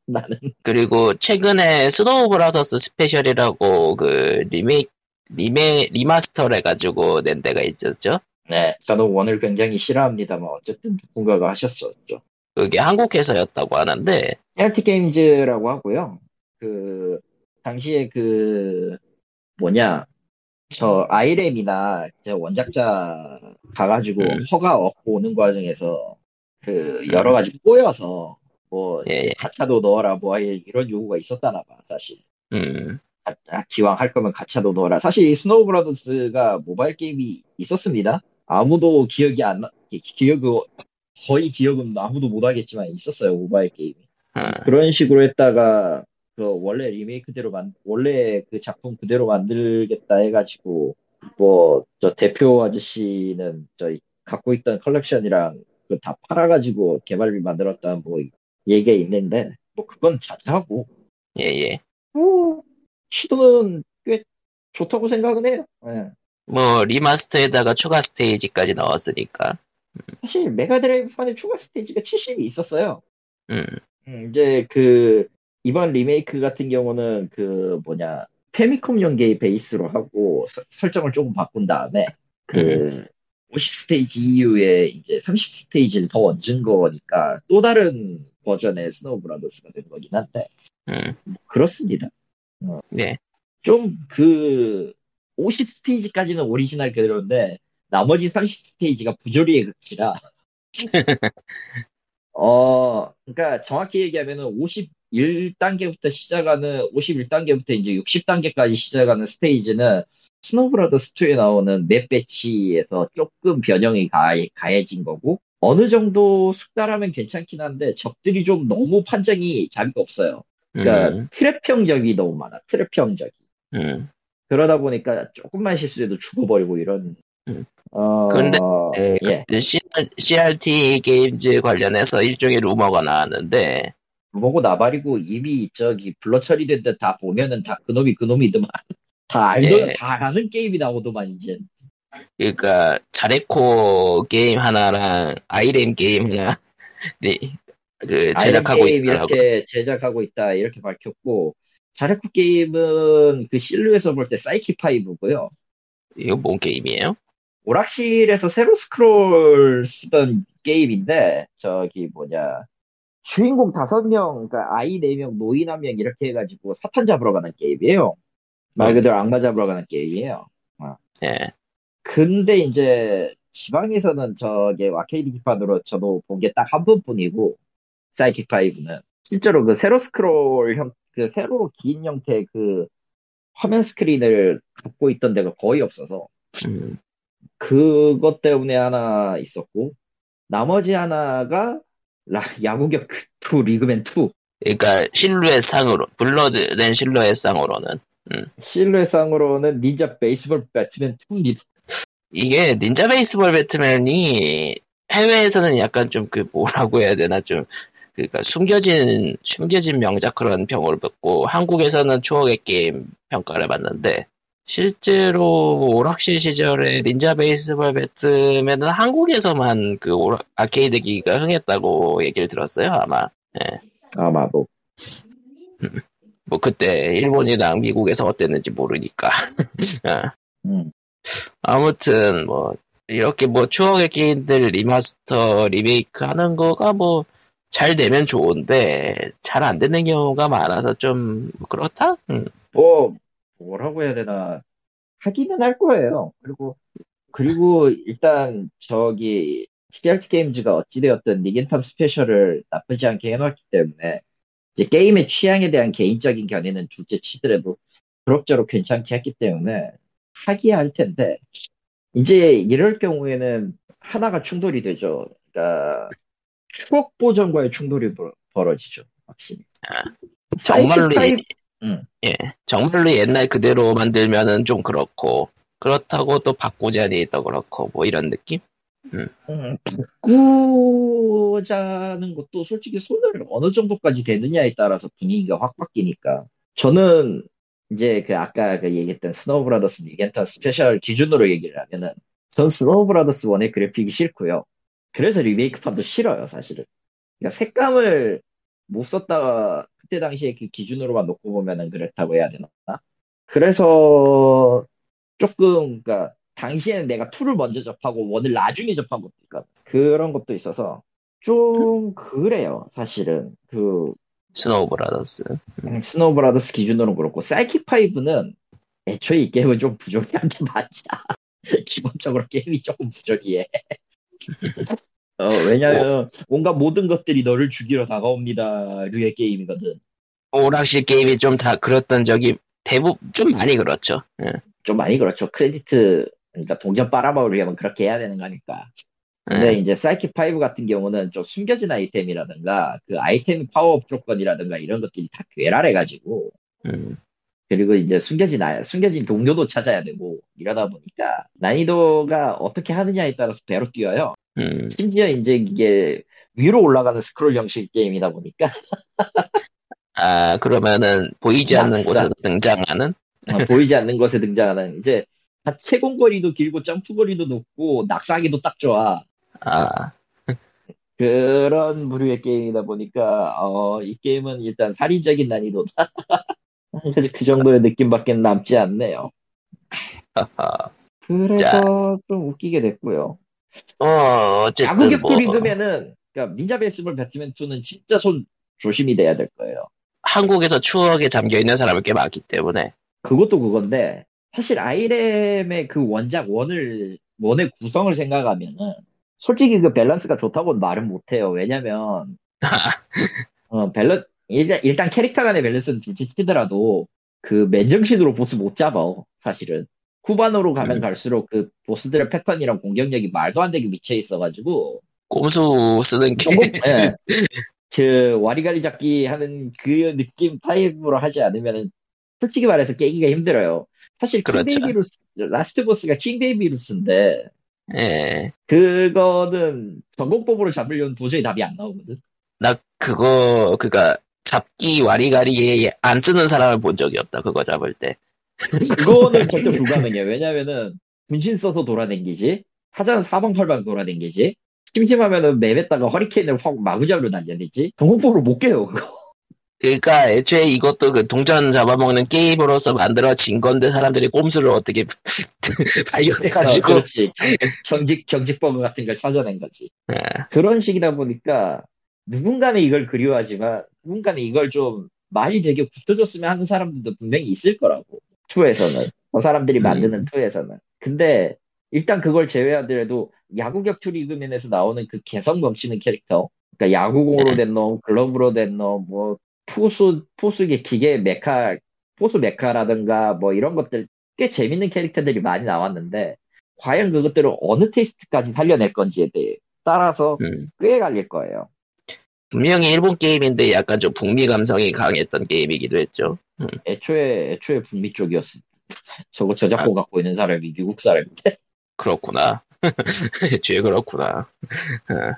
S2: 나는
S1: 그리고 최근에 스노우 브라더스 스페셜이라고 그 리메이크 리메 리마스터를 해가지고 낸 데가 있었죠.
S2: 네 저는 원을 굉장히 싫어합니다만 어쨌든 누군가가 하셨었죠
S1: 그게 한국 회사였다고 하는데
S2: 헤알티 게임즈라고 하고요. 그 당시에 그 뭐냐 저 아이렘이나 저 원작자 가가지고
S1: 음.
S2: 허가 얻고 오는 과정에서 그 여러 가지 꼬여서 뭐
S1: 예, 예.
S2: 가차도 넣어라 뭐 아예 이런 요구가 있었다나 봐 사실
S1: 음,
S2: 가- 아, 기왕 할 거면 가차도 넣어라 사실 스노우 브라더스가 모바일 게임이 있었습니다 아무도 기억이 안 나, 기- 기억을 거의 기억은 아무도 못 하겠지만 있었어요 모바일 게임이
S1: 아,
S2: 그런 식으로 했다가 그 원래 리메이크대로 만 원래 그 작품 그대로 만들겠다 해가지고 뭐 저 대표 아저씨는 저 갖고 있던 컬렉션이랑 그 다 팔아가지고 개발비 만들었다는 뭐 얘기가 있는데 뭐 그건 자자하고
S1: 예, 예.
S2: 뭐 시도는 꽤 좋다고 생각은 해요. 예.
S1: 뭐, 리마스터에다가 추가 스테이지까지 넣었으니까.
S2: 사실 메가드라이브판에 추가 스테이지가 70이 그 있었어요.
S1: 음,
S2: 음, 이제 그 이번 리메이크 같은 경우는 그 뭐냐 페미컴 연계 베이스로 하고 서- 설정을 조금 바꾼 다음에 그 50스테이지 이후에 이제 30스테이지를 더 얹은 거니까 또 다른 버전의 스노우 브라더스가 된 거긴 한데
S1: 음,
S2: 그렇습니다. 어.
S1: 네.
S2: 좀 그 50스테이지까지는 오리지널 그대로인데 나머지 30스테이지가 부조리의 극치라. 어, 그러니까 정확히 얘기하면은 51단계부터 시작하는 51단계부터 이제 60단계까지 시작하는 스테이지는 스노브라더스 2에 나오는 맵 배치에서 조금 변형이 가해, 가해진 거고 어느 정도 숙달하면 괜찮긴 한데 적들이 좀 너무 판정이 자비가 없어요. 그러니까
S1: 음,
S2: 트랩 형적이 너무 많아. 트랩 형적이.
S1: 음.
S2: 그러다 보니까 조금만 실수해도 죽어버리고 이런.
S1: 음.
S2: 어,
S1: 근데, 네,
S2: 예,
S1: 그 CR, t 게임즈 관련해서 일종의 루머가 나왔는데,
S2: 루머고 나발이고 이미 저기 블러 처리된 데 다 보면은 다 그놈이 그놈이더만. 다 알던
S1: 예.
S2: 다 아는 게임이 나오더만 이제.
S1: 그러니까 자레코 게임 하나랑 아이렘 게임 하나, 네, 그 제작하고
S2: 아이언 게임
S1: 있더라고.
S2: 이렇게 제작하고 있다 이렇게 밝혔고 자레쿠 게임은 그 실루에서 볼 때 사이키 파이브고요.
S1: 이거 뭔 게임이에요?
S2: 오락실에서 세로 스크롤 쓰던 게임인데 저기 뭐냐 주인공 다섯 명 그러니까 아이 네 명 노인 한 명 이렇게 해가지고 사탄 잡으러 가는 게임이에요 말 그대로 악마 잡으러 가는 게임이에요
S1: 예,
S2: 근데 이제 지방에서는 저게 와케이드 기판으로 저도 본 게 딱 한 번뿐이고 사이킥 파이브는 실제로 그 세로 스크롤 형 그 세로로 긴 형태 그 화면 스크린을 갖고 있던 데가 거의 없어서
S1: 음,
S2: 그것 때문에 하나 있었고, 나머지 하나가 라- 야구격 2, 리그맨 2.
S1: 그러니까 실루엣 상으로 블러드된 실루엣 상으로는
S2: 실루엣상으로는 닌자 베이스볼 배트맨 2입니다.
S1: 이게 닌자 베이스볼 배트맨이 해외에서는 약간 좀 그 뭐라고 해야 되나 좀 그러니까 숨겨진 숨겨진 명작 그런 평을 받고 한국에서는 추억의 게임 평가를 받는데 실제로 뭐 오락실 시절에 닌자 베이스볼 배트맨은 한국에서만 그 오락- 아케이드기가 흥했다고 얘기를 들었어요 아마
S2: 아마도.
S1: 뭐 그때 일본이랑 미국에서 어땠는지 모르니까 어.
S2: 음.
S1: 아무튼 뭐 이렇게 뭐 추억의 게임들 리마스터 리메이크 하는 거가 뭐 잘 되면 좋은데 잘 안 되는 경우가 많아서 좀 그렇다. 음.
S2: 뭐, 뭐라고 해야 되나. 하기는 할 거예요. 그리고, 그리고 일단 저기, TRT 게임즈가 어찌되었든 니겐탐 스페셜을 나쁘지 않게 해놨기 때문에, 이제 게임의 취향에 대한 개인적인 견해는 둘째 치더라도 그럭저럭 괜찮게 했기 때문에 하기야 할 텐데 이제 이럴 경우에는 하나가 충돌이 되죠. 그러니까 추억 보전과의 충돌이 벌- 벌어지죠. 확실히.
S1: 아, 정말로
S2: 사이트 타입-
S1: 정말로 옛날 그대로 만들면은 좀 그렇고 그렇다고 또 바꾸자니 또 그렇고 뭐 이런 느낌?
S2: 음, 바꾸자는 것도 솔직히 손을 어느 정도까지 되느냐에 따라서 분위기가 확 바뀌니까. 저는 이제 그 아까 그 얘기했던 스노우 브라더스 니겐타 스페셜 기준으로 얘기를 하면은 전 스노우 브라더스 1의 그래픽이 싫고요. 그래서 리메이크판도 싫어요, 사실은. 그러니까 색감을 못 썼다가 그때 당시에 그 기준으로만 놓고 보면은 그렇다고 해야 되나? 그래서 조금 그러니까 당시에는 내가 2를 먼저 접하고 1을 나중에 접한 것도 있거든. 그런 것도 있어서 좀 그래요, 사실은. 그
S1: 스노우 브라더스. 어,
S2: 음, 스노우 브라더스 기준으로는 그렇고 사이키 파이브는 애초에 이 게임은 좀 부조리한 게 맞아. 기본적으로 게임이 조금 부조리해. 어, 왜냐면 온갖 모든 것들이 너를 죽이러 다가옵니다류의 게임이거든.
S1: 오락실 게임이 좀 다 그랬던 적이 대부분 좀 많이 그렇죠. 예.
S2: 좀 많이 그렇죠. 크레디트 그러니까 동전 빨아먹으려면 그렇게 해야 되는 거니까.
S1: 예. 네.
S2: 근데 이제 사이키 파이브 같은 경우는 좀 숨겨진 아이템이라든가 그 아이템 파워 조건이라든가 이런 것들이 다 괴랄해가지고
S1: 음.
S2: 그리고 이제 숨겨진 아- 숨겨진 동료도 찾아야 되고 이러다 보니까 난이도가 어떻게 하느냐에 따라서 배로 뛰어요.
S1: 음.
S2: 심지어 이제 이게 위로 올라가는 스크롤 형식 게임이다 보니까
S1: 아, 그러면은 보이지 않는
S2: 낙사.
S1: 곳에서 등장하는?
S2: 어, 보이지 않는 곳에 등장하는 이제 채공거리도 길고 점프거리도 높고 낙사하기도 딱 좋아.
S1: 아,
S2: 그런 부류의 게임이다 보니까 어, 이 게임은 일단 살인적인 난이도다. 그래서 그 정도의 느낌밖에 남지 않네요.
S1: 하하.
S2: 그래서 좀 웃기게 됐고요.
S1: 어, 어쨌든
S2: 야구계
S1: 뭐
S2: 프리그맨은 그러니까 닌자 베이스볼 배트맨 2는 진짜 손 조심이 돼야 될 거예요.
S1: 한국에서 추억에 잠겨 있는 사람이 꽤 많기 때문에
S2: 그것도 그건데 사실 아이렘의 그 원작 원을 원의 구성을 생각하면은 솔직히 그 밸런스가 좋다고는 말은 못해요. 왜냐면 어, 밸런 일단, 일단 캐릭터 간의 밸런스는 둘째 치더라도 그 맨정신으로 보스 못 잡아 사실은 후반으로 가면
S1: 음.
S2: 갈수록 그 보스들의 패턴이랑 공격력이 말도 안 되게 미쳐 있어가지고
S1: 꼼수 쓰는 게
S2: 조금 예. 그 와리가리 잡기 하는 그 느낌 타입으로 하지 않으면은 솔직히 말해서 깨기가 힘들어요. 사실
S1: 그렇죠.
S2: 킹베이비 루스 라스트 보스가 킹베이비 루스인데
S1: 예.
S2: 그거는 전공법으로 잡으려면 도저히 답이 안 나오거든.
S1: 나 그거 그니까 잡기 와리가리에 안 쓰는 사람을 본 적이 없다. 그거 잡을 때.
S2: 그거는 절대 불가능해요. 왜냐면은 분신 써서 돌아댕기지 사자는 사방팔방 돌아댕기지 심심하면은 맵에다가 허리케인을 확 마구잡이로 날려내지 전공법으로 못 깨요 그거.
S1: 그러니까 애초에 이것도 그 동전 잡아먹는 게임으로서 만들어진 건데 사람들이 꼼수를 어떻게 발견해가지고
S2: 어, 그렇지. 경- 경직, 경직 버그 같은 걸 찾아낸 거지.
S1: 네.
S2: 그런 식이다 보니까 누군가는 이걸 그리워하지만 누군가는 이걸 좀 많이 되게 굳혀줬으면 하는 사람들도 분명히 있을 거라고. 2에서는. 저 사람들이
S1: 음.
S2: 만드는 2에서는. 근데 일단 그걸 제외하더라도 야구 격투 리그맨에서 나오는 그 개성 넘치는 캐릭터. 그러니까 야구공으로
S1: 네.
S2: 된 놈, 글러브로 된 놈, 뭐 포수, 포수 이게 기계 메카, 포수 메카라든가 뭐 이런 것들 꽤 재밌는 캐릭터들이 많이 나왔는데 과연 그것들을 어느 테이스트까지 살려낼 건지에 대해 따라서
S1: 음.
S2: 꽤 갈릴 거예요.
S1: 분명히 일본 게임인데 약간 좀 북미 감성이 강했던 게임이기도 했죠.
S2: 애초에 애초에 북미 쪽이었어. 저거 저작권 갖고 있는 사람이 미국 사람인데
S1: 그렇구나. 죄 그렇구나. 어.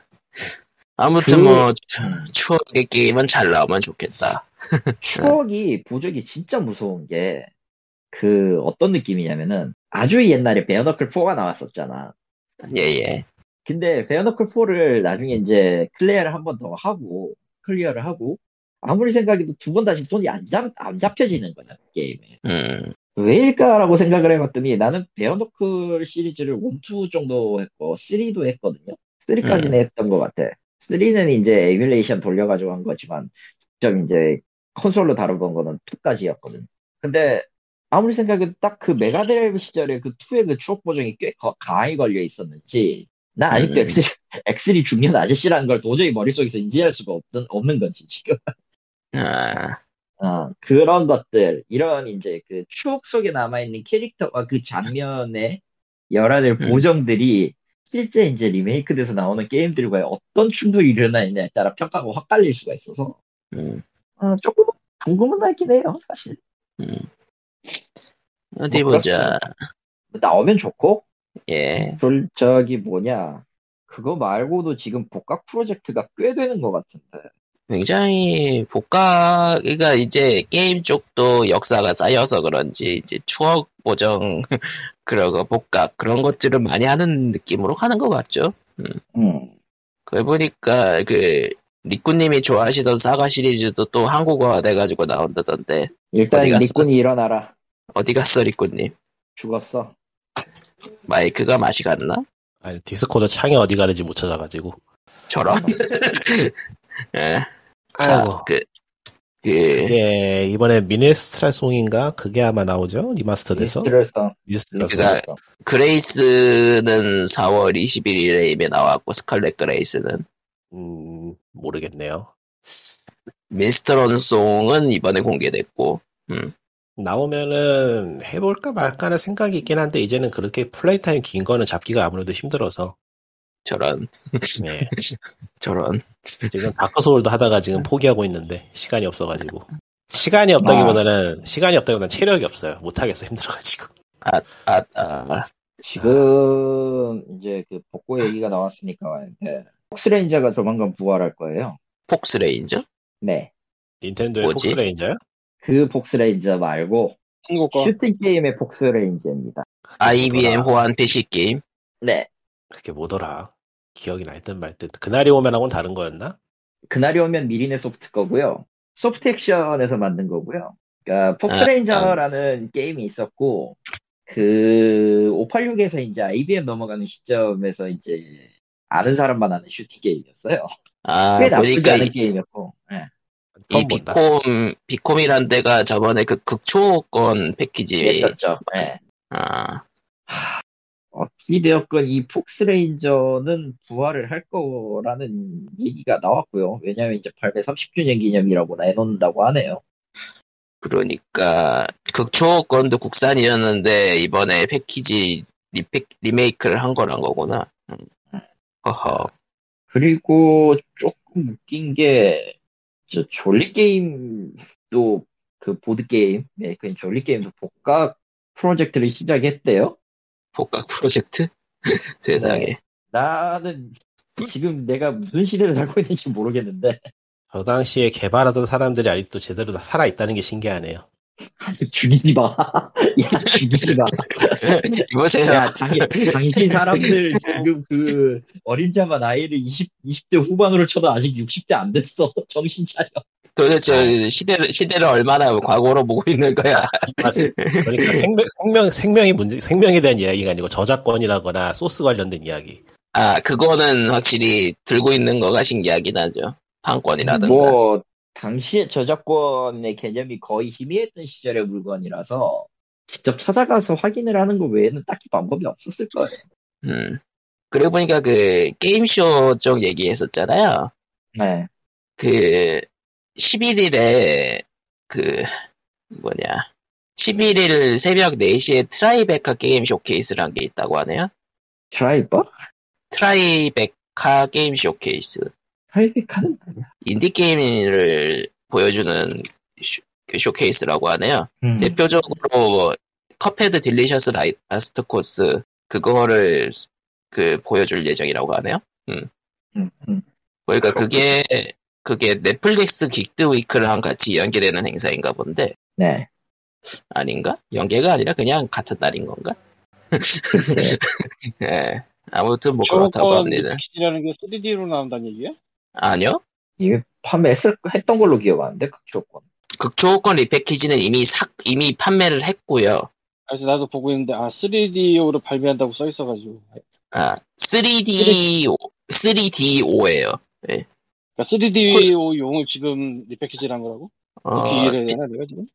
S1: 아무튼
S2: 그-
S1: 뭐 추- 추억의 게임은 잘 나오면 좋겠다.
S2: 추억이 보적이 진짜 무서운 게 그 어떤 느낌이냐면은 아주 옛날에 베어너클 4가 나왔었잖아.
S1: 예예.
S2: 근데 베어너클 4를 나중에 이제 클리어를 한 번 더 하고 클리어를 하고 아무리 생각해도 두 번 다시 돈이 안, 잡, 안 잡혀지는 거야 그 게임에.
S1: 음.
S2: 왜일까라고 생각을 해봤더니 나는 베어너클 시리즈를 1, 2 정도 했고 3도 했거든요. 3까지는
S1: 음.
S2: 했던 것 같아. 3는 이제 에뮬레이션 돌려가지고 한 거지만 직접 이제 콘솔로 다뤄본 거는 2까지였거든. 근데 아무리 생각해도 딱 그 메가드라이브 시절에 그 2의 그 추억 보정이 꽤 거- 강하게 걸려 있었는지 나 아직도
S1: 음.
S2: 엑슬이, 엑슬이 중년 아저씨라는 걸 도저히 머릿속에서 인지할 수가 없는, 없는 거지 지금.
S1: 아,
S2: 어, 그런 것들, 이런 이제 그 추억 속에 남아있는 캐릭터와 그 장면의 열화들
S1: 음.
S2: 보정들이 실제 이제 리메이크돼서 나오는 게임들과 어떤 충돌이 일어나느냐에 따라 평가가 확 갈릴 수가 있어서
S1: 음.
S2: 어, 조금 궁금은 하긴 해요, 사실.
S1: 음. 어디
S2: 뭐
S1: 보자.
S2: 나오면 좋고,
S1: 예.
S2: 졸- 저기 뭐냐, 그거 말고도 지금 복각 프로젝트가 꽤 되는 것 같은데.
S1: 굉장히 복가 그러니까 이제 게임 쪽도 역사가 쌓여서 그런지 이제 추억 보정 그런 거 복각 그런 것들을 많이 하는 느낌으로 가는 것 같죠.
S2: 음.
S1: 그걸 보니까 그 리꾸님이 좋아하시던 사가 시리즈도 또 한국어가 돼가지고 나온다던데
S2: 일단
S1: 어디 갔어?
S2: 니꾼이 일어나라.
S1: 어디 갔어 리꾸님?
S2: 죽었어.
S1: 마이크가 맛이 갔나?
S5: 아니 디스코드 창이 어디 가는지 못 찾아가지고.
S1: 저런. 예. 사-
S5: 아이고.
S1: 그 그
S5: 이게 이번에 미네스트랄 송인가 그게 아마 나오죠
S2: 예,
S5: 리마스터돼서
S2: 미스트럴성
S5: 미네스트랄 송.
S1: 그러니까 그레이스는 4월 21일에 이미 나왔고 스칼렛 그레이스는
S5: 음, 모르겠네요.
S1: 민스트론송은 이번에 공개됐고
S5: 나오면은 해볼까 말까는 생각이 있긴 한데 이제는 그렇게 플레이 타임 긴 거는 잡기가 아무래도 힘들어서
S1: 저런
S5: 네.
S1: 저런
S5: 지금 다크 소울도 하다가 지금 포기하고 있는데 시간이 없어가지고 시간이 없다기보다는 시간이 없다기보다는 체력이 없어요 못하겠어 힘들어가지고
S1: 아, 아
S2: 지금 이제 그 복고 얘기가 나왔으니까 왔는데 폭스레인저가 조만간 부활할 거예요.
S1: 폭스레인저
S2: 네.
S5: 닌텐도의
S1: 뭐지?
S5: 폭스레인저요?
S2: 그 폭스레인저 말고
S4: 한국 거
S2: 슈팅 게임의 폭스레인저입니다.
S1: IBM 호환 PC 게임
S2: 네.
S5: 그게 뭐더라 기억이 날듯 말듯 그날이 오면 하고는 다른 거였나?
S2: 그날이 오면 미리네 소프트 거고요. 소프트 액션에서 만든 거고요. 그러니까 폭스레인저라는 게임이 있었고 그 586에서 이제 IBM 넘어가는 시점에서 이제 아는 사람만 아는 슈팅 게임이었어요.
S1: 아
S2: 꽤 나쁘지
S1: 보니까
S2: 않은
S1: 이,
S2: 게임이었고. 네.
S1: 이
S5: 처음 본다.
S1: 비콤 비콤이란 데가 저번에 그 극초권 패키지
S2: 했었죠. 네.
S1: 아
S2: 어떻게 되었건 이 폭스레인저는 부활을 할 거라는 얘기가 나왔고요. 왜냐하면 이제 발매 30주년 기념이라고 내놓는다고 하네요.
S1: 그러니까 극초권도 국산이었는데 이번에 패키지 리팩, 리메이크를 한 거란 거구나 음. 허허
S2: 그리고 조금 웃긴 게, 저 졸리 게임도, 그 보드 게임, 메이크인 졸리 게임도 복각 프로젝트를 시작했대요.
S1: 복각 프로젝트 세상에
S2: 나는 지금 내가 무슨 시대를 살고 있는지 모르겠는데,
S5: 저 당시에 개발하던 사람들이 아직도 제대로 다 살아있다는 게 신기하네요
S2: 아직 죽이지 마. 야, 죽이지 마.
S1: 이보세요
S2: 야, 당, 당신 사람들 지금 그 어린 자만 나이를 20, 20대 후반으로 쳐도 아직 60대 안 됐어. 정신 차려.
S1: 도대체 시대를, 시대를 얼마나 과거로 보고 있는 거야.
S5: 그러니까 생명, 생명, 생명이 문제, 생명에 대한 이야기가 아니고 저작권이라거나 소스 관련된 이야기
S1: 아, 그거는 확실히 들고 있는 거가 신기하긴 하죠. 판권이라든가.
S2: 뭐 당시에 저작권의 개념이 거의 희미했던 시절의 물건이라서 직접 찾아가서 확인을 하는 것 외에는 딱히 방법이 없었을 거예요.
S1: 음. 그리고 보니까 그 게임쇼 쪽 얘기했었잖아요.
S2: 네.
S1: 그 11일에 그 뭐냐. 11일 새벽 4시에 트라이베카 게임 쇼케이스란 게 있다고 하네요.
S2: 트라이버?
S1: 트라이베카 게임 쇼케이스.
S2: 트라이비카는 아니야.
S1: 인디게임을 보여주는 쇼- 그 쇼케이스라고 하네요.
S2: 음.
S1: 대표적으로 뭐 컵헤드 딜리셔스 라이- 라스트 코스 그거를 그 보여줄 예정이라고 하네요.
S2: 음, 음.
S1: 그러니까 그게 그게 넷플릭스 기드 위크랑 같이 연계되는 행사인가 본데
S2: 네.
S1: 아닌가? 연계가 아니라 그냥 같은 날인 건가?
S2: 글쎄.
S1: 예. 아무튼 뭐 그렇다고 합니다.
S4: PC라는 게 3D로 나온다는 얘기야?
S1: 아니요.
S2: 이게 판매했을 했던 걸로 기억하는데 극초권.
S1: 극초호권 리패키지는 이미 삭 이미 판매를 했고요.
S4: 그래서 나도 보고 있는데 아 3D용으로 발매한다고 써 있어가지고 그러니까
S1: 아, 3D 3D5예요.
S4: 그러니까 3D용을 지금 리패키지란 거라고?
S1: 어,
S4: 이렇게 이해를 해야 되나 내가 지금?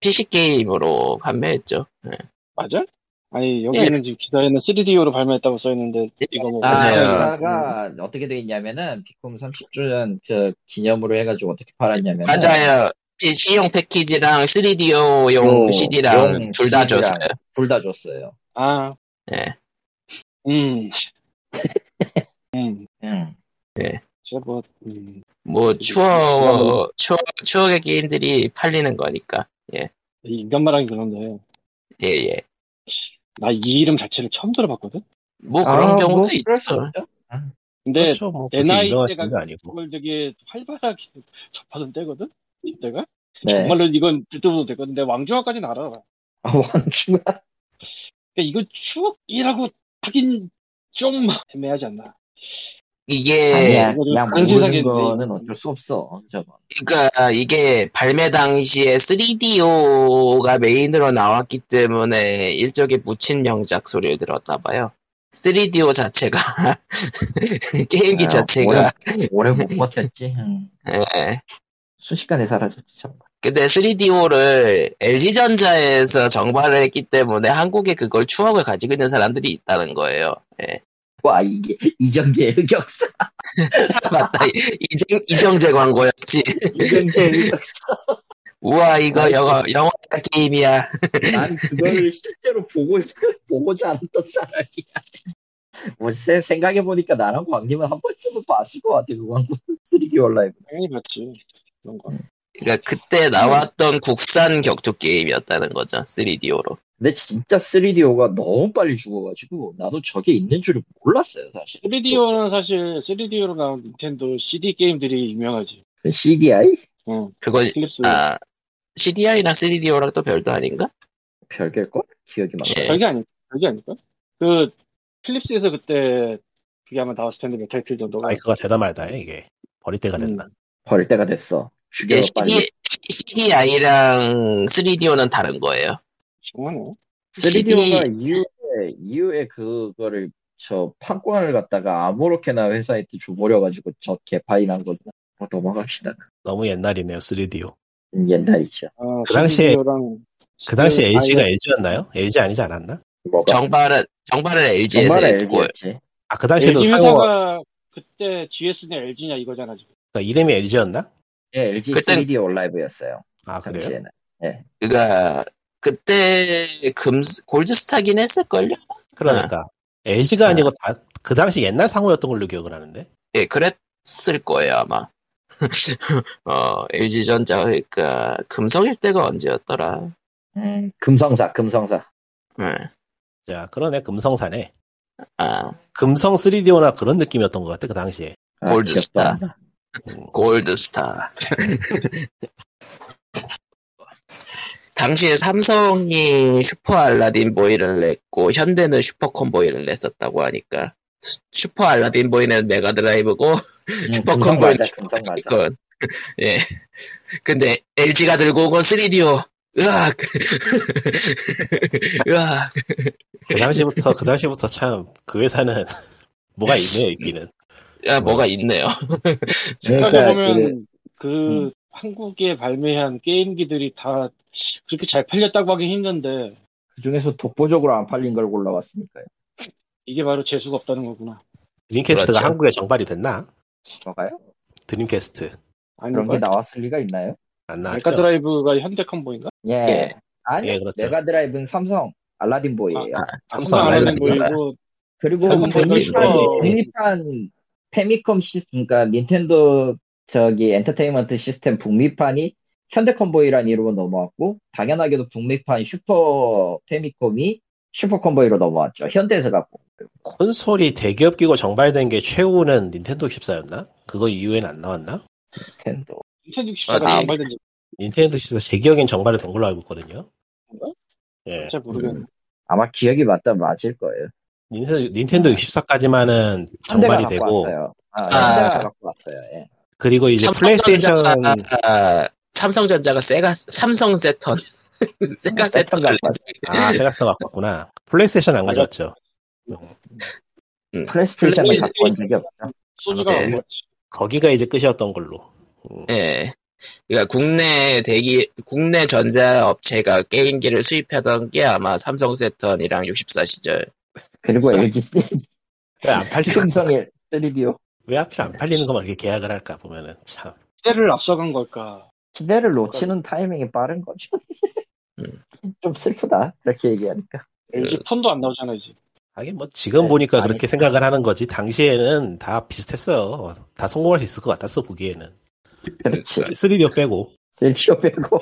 S1: PC 게임으로 판매했죠. 예.
S4: 맞아? 아니 여기는 지금 기사에는 3D용으로 발매했다고 써 있는데 이거 뭐
S2: 아,
S1: 맞아요. 음.
S2: 회사가 어떻게 돼 있냐면은 비콤 30주년 그 기념으로 해가지고 어떻게 팔았냐면
S1: 맞아요. PC용 패키지랑 3DO용
S2: 용,
S1: CD랑
S2: 용
S1: 둘 다
S2: CD랑.
S1: 줬어요.
S2: 둘다 줬어요.
S4: 아,
S1: 예.
S4: 음, 음,
S2: 응.
S4: 진짜 뭐, 음.
S1: 뭐
S4: 그러면-
S1: 추억 추억 추억의 게임들이 팔리는 거니까.
S4: 인간 말하기 그런데
S1: 예 예.
S4: 나 이 이름 자체를 처음 들어봤거든.
S1: 뭐 그런
S2: 아,
S1: 경우도
S2: 뭐 그럴 수
S1: 있죠.
S2: 있죠.
S4: 근데
S5: 그렇죠 뭐 그렇게
S4: NI
S5: 유명한
S4: 때가 음.
S5: 게 아니고
S4: 그걸 되게 활발하게 접하던 때거든. 이때가
S2: 네.
S4: 정말로 이건 듣도 못했거든. 내 왕중화까지는 알아.
S2: 아, 왕중아.
S4: 근데 이거 추억이라고 하긴 좀 애매하지 않나.
S1: 이게 예.
S2: 아니야, 그냥
S4: 다른
S2: 모르는
S4: 세상에
S2: 거는
S4: 있는데.
S2: 어쩔 수 없어. 저거.
S1: 그러니까 이게 발매 당시에 3DO가 메인으로 나왔기 때문에 일적에 묻힌 명작 소리를 들었나 봐요. 3DO 자체가 게임기
S2: 아,
S1: 자체가
S2: 오래, 오래 못 버텼지. 응.
S1: 예.
S2: 음. 순식간에 사라졌지 참.
S1: 근데 3DO를 LG전자에서 정발을 했기 때문에 한국에 그걸 추억을 가지고 있는 사람들이 있다는 거예요. 예.
S2: 와 이게 이정재의 흑역사.
S1: 맞다. 이정, 이정재 광고였지.
S2: 이정재의 흑역사.
S1: 우와, 이거
S2: 아이씨.
S1: 영어, 영어 게임이야.
S2: 난 그거를 실제로 보고 보고자 않았던 사람이야. 뭐 세- 생각해보니까 나랑 광님은 한 번쯤은 봤을 것 같아 그 광고 3개월 라이브
S4: 당연히 봤지. 그런 거.
S1: 그러니까
S2: 음.
S1: 그때 나왔던 국산 격투 게임이었다는 거죠. 3DO로.
S2: 근데 진짜 3DO가 너무 빨리 죽어가지고 나도 저게 있는 줄을 몰랐어요 사실
S4: 3DO는 사실 3DO로 나온 닌텐도 CD 게임들이 유명하지.
S2: 그 CDI?
S4: 응.
S1: 그건,
S4: 필립스.
S1: 아, CDI랑 3DO랑 또 별도 아닌가?
S2: 별개일걸? 기억이 막
S1: 예.
S4: 별게 아니, 별게 아닐까? 그 필립스에서 그때 그게 아마 나왔을 텐데 메탈필 정도가.
S5: 마이크가 되다 말다 이게 버릴 때가 됐나
S2: 버릴 때가 됐어 죽여
S1: 예,
S2: 빨리
S1: CD, CDI랑 3DO는 다른 거예요.
S4: 정하네.
S2: 3DO가 이후에 이후에 그거를 저 판권을 갖다가 아무렇게나 회사한테 줘버려가지고 저 개파이 난 거구나 뭐 넘어갑시다
S5: 너무 옛날이네요 3DO
S2: 옛날이죠
S4: 아,
S5: 그 당시에-
S4: CDO랑
S5: 그 당시
S4: CDI 랑
S5: LG가 LG였나요? LG 아니지 않았나?
S2: 뭐가
S1: 정발은, 정발은 LG에서
S2: 정말
S1: 했고,
S2: LG였지
S5: 아 그 당시에도
S4: LG
S5: 상호
S4: 회사가 그때 GS냐 LG냐 이거잖아 지금.
S5: 그러니까 이름이 LG였나?
S2: 예 LG
S1: 그땐-
S2: 3DO 라이브였어요
S5: 아 그래요?
S2: 당시에는
S1: 그니까, 그러니까 그때 금, 골드스타긴 했을걸요?
S5: 그러니까 LG가 아니고 다, 그 당시 옛날 상호였던 걸로 기억을 하는데
S1: 예, 그랬을 거예요, 아마. 어, LG전자, 그니까, 금성일 때가 언제였더라?
S2: 음, 금성사 금성사
S1: 예.
S5: 자 그러네 금성사네
S1: 아,
S5: 금성 3DO나 그런 느낌이었던 것 같아 그 당시에
S2: 아,
S1: 골드스타.
S2: 기억도 안 나.
S5: 음,
S1: 골드스타. 당시에 삼성이 슈퍼 알라딘 보이를 냈고, 현대는 슈퍼 콤보이를 냈었다고 하니까. 슈- 슈퍼 알라딘 보이는 메가드라이브고, 슈퍼
S2: 금성
S1: 콤보에
S2: 맞아, 금성 맞아.
S1: 이건. 예. 근데 LG가 들고 온 건 3DO. 으악. 으악.
S5: 그 당시부터 그 당시부터 참 그 회사는 뭐가 있네요 있기는
S1: 야, 아, 뭐가 있네요.
S4: 생각해
S2: 그,
S4: 보면 그
S2: 음.
S4: 한국에 발매한 게임기들이 다 그렇게 잘 팔렸다고 하긴 힘든데
S2: 그 중에서 독보적으로 안 팔린 걸 골라왔으니까요.
S4: 이게 바로 재수가 없다는 거구나.
S5: 드림캐스트가
S1: 그렇죠.
S5: 한국에 정발이 됐나?
S2: 뭐가요?
S5: 드림캐스트
S4: 아니
S2: 그런 게 나왔을 리가 있나요?
S5: 안
S4: 메가
S5: 나왔죠?
S4: 드라이브가 현대 컴보인가?
S2: 예.
S1: 예.
S2: 아니,
S5: 예, 그렇죠.
S2: 메가 드라이브는 삼성, 알라딘 보이예요.
S5: 삼성
S4: 아무나 안 하는
S1: 알라딘인가?
S4: 보이고
S2: 그리고
S4: 삼성
S2: 독립한
S4: 보이죠.
S2: 독립한 페미컴 시스템, 그러니까 닌텐도 저기 엔터테인먼트 시스템 북미판이 현대컨보이란 이름으로 넘어왔고 당연하게도 북미판 슈퍼 페미컴이 슈퍼컨보이로 넘어왔죠. 현대에서 갖고.
S5: 콘솔이 대기업 끼고 정발된 게 최후는 닌텐도 64였나? 그거 이후엔 안 나왔나?
S2: 닌텐도.
S4: 닌텐도
S1: 아,
S4: 64가 정발된 지
S5: 닌텐도 64 제기억엔 정발이 된 걸로 알고 있거든요. 예.
S4: 잘 모르겠네.
S2: 아마 기억이 맞다 맞을 거예요.
S5: 닌텐도, 닌텐도 64까지만은
S2: 현대가
S5: 정발이
S2: 갖고
S5: 되고
S2: 왔어요. 아,
S1: 아.
S2: 현대가 갖고 왔어요. 예.
S5: 그리고 이제 플레이스테이션
S1: 삼성전자가- 아, 삼성전자가 세가 삼성 세턴 세가 세턴 갈래
S5: 아 세가스가 갖고 왔구나. 플레이스테이션 안 가져왔죠.
S2: 플레이스테이션을 갖고 온 적이 없죠.
S4: 소니가
S1: 네.
S4: 네.
S5: 거기가 이제 끝이었던 걸로. 음,
S1: 예 그러니까 국내 대기 국내 전자 업체가 게임기를 수입하던 게 아마 삼성 세턴이랑 64 시절
S2: 그리고 LG
S5: 왜안 팔리는
S2: 금성의 3DO
S5: 왜 하필 안 팔리는 것만 이렇게 계약을 할까 보면은 참.
S4: 시대를 앞서간 걸까?
S2: 시대를 놓치는 타이밍이 빠른 거죠. 좀 슬프다 그렇게 얘기하니까.
S4: LG 폰도 안 나오잖아 이제.
S5: 하긴 뭐 지금
S2: 네,
S5: 보니까
S2: 아니.
S5: 그렇게 생각을 하는 거지 당시에는 다 비슷했어. 다 성공할 수 있을 것 같았어 보기에는.
S2: 그렇지.
S5: 3D 빼고.
S2: 3DO 빼고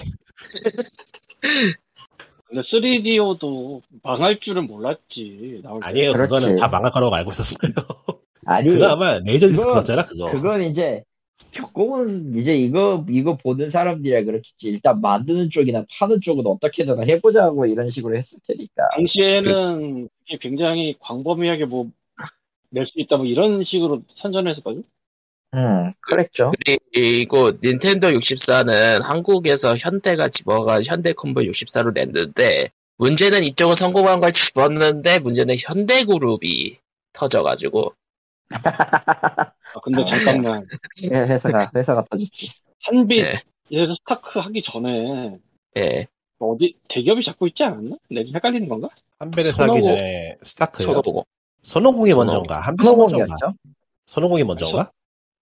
S4: 근데 3DO도 망할 줄은 몰랐지. 나올 때.
S5: 아니에요. 그거는
S2: 그렇지.
S5: 다 망할 거라고 알고 있었어요.
S2: 아니
S5: 그거 아마 레이저 디스크였잖아 그거.
S2: 그건 이제 겪어본 이제 이거 이거 보는 사람들이야 그렇겠지. 일단 만드는 쪽이나 파는 쪽은 어떻게든 해보자고 이런 식으로 했을 테니까.
S4: 당시에는 이게 굉장히 광범위하게 뭐 낼 수 있다 뭐 이런 식으로 선전했었거든.
S2: 음 그랬죠.
S1: 그리고 닌텐도 64는 한국에서 현대가 집어가 현대 콤보 64로 냈는데 문제는 이쪽은 성공한 걸 집었는데 문제는 현대 그룹이 터져가지고
S4: 아, 근데 잠깐만
S2: 회사가 회사가 터졌지.
S4: 한빛
S1: 네.
S4: 이래서 스타크 하기 전에
S1: 예.
S4: 어디 대기업이 잡고 있지 않았나? 내가 헷갈리는 건가?
S5: 한베레스 하기
S1: 선호공.
S5: 전에 스타크요.
S1: 쳐다보고.
S5: 손오공이
S1: 선호공.
S5: 먼저인가? 한베레스 먼저인가?
S2: 성공이었죠.
S5: 손오공이 먼저인가?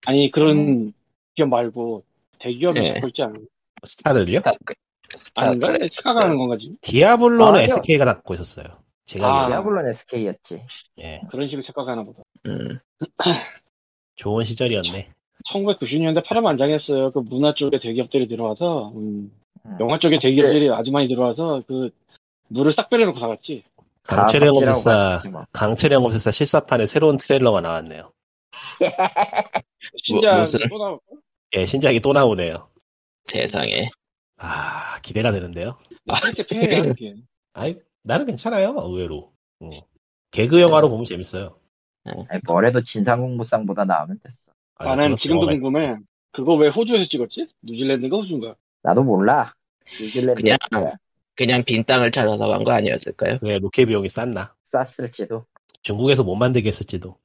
S4: 아니 그런 기업 말고 대기업이
S1: 예.
S4: 잡고 있지 않았나?
S5: 스타를요?
S1: 스타크. 스타크.
S4: 아닌가? 내가 착각하는 건가 지금?
S5: 디아블로는
S2: 아, 아니요.
S5: SK가 갖고 있었어요. 제가
S4: 아.
S5: 아.
S2: 디아블론 SK였지.
S5: 예,
S4: 그런 식으로 착각하나 보다.
S1: 음.
S5: 좋은 시절이었네.
S4: 1990년대 파란 만장했어요. 그 문화 쪽에 대기업들이 들어와서 음,
S2: 음.
S4: 영화 쪽에 대기업들이 아주 많이 들어와서 그 물을 싹 빼려놓고 나갔지.
S2: 다
S5: 강철영
S2: 박제라고
S5: 검사
S2: 하시지 뭐.
S5: 강철영 검사 실사판에 새로운 트레일러가 나왔네요.
S4: 진짜
S1: 무슨?
S4: 또 나오고
S5: 예, 신작이 또 나오네요.
S1: 세상에.
S5: 아, 기대가 되는데요.
S4: 그렇게 팽해요 이렇게.
S5: 아이, 나는 괜찮아요. 의외로. 응. 음. 개그 영화로 보면 재밌어요.
S2: 아니, 뭐래도 진상공부상보다 나으면 됐어.
S4: 아, 난
S5: 그런
S4: 지금도
S5: 영화가 있-
S4: 궁금해. 그거 왜 호주에서 찍었지? 뉴질랜드인가 호주인가?
S2: 나도 몰라. 뉴질랜드
S1: 그냥 그냥 빈 땅을 찾아서 간 거 아니었을까요?
S5: 왜 로켓 비용이 쌌나?
S2: 쌌을지도.
S5: 중국에서 못 만들겠을지도.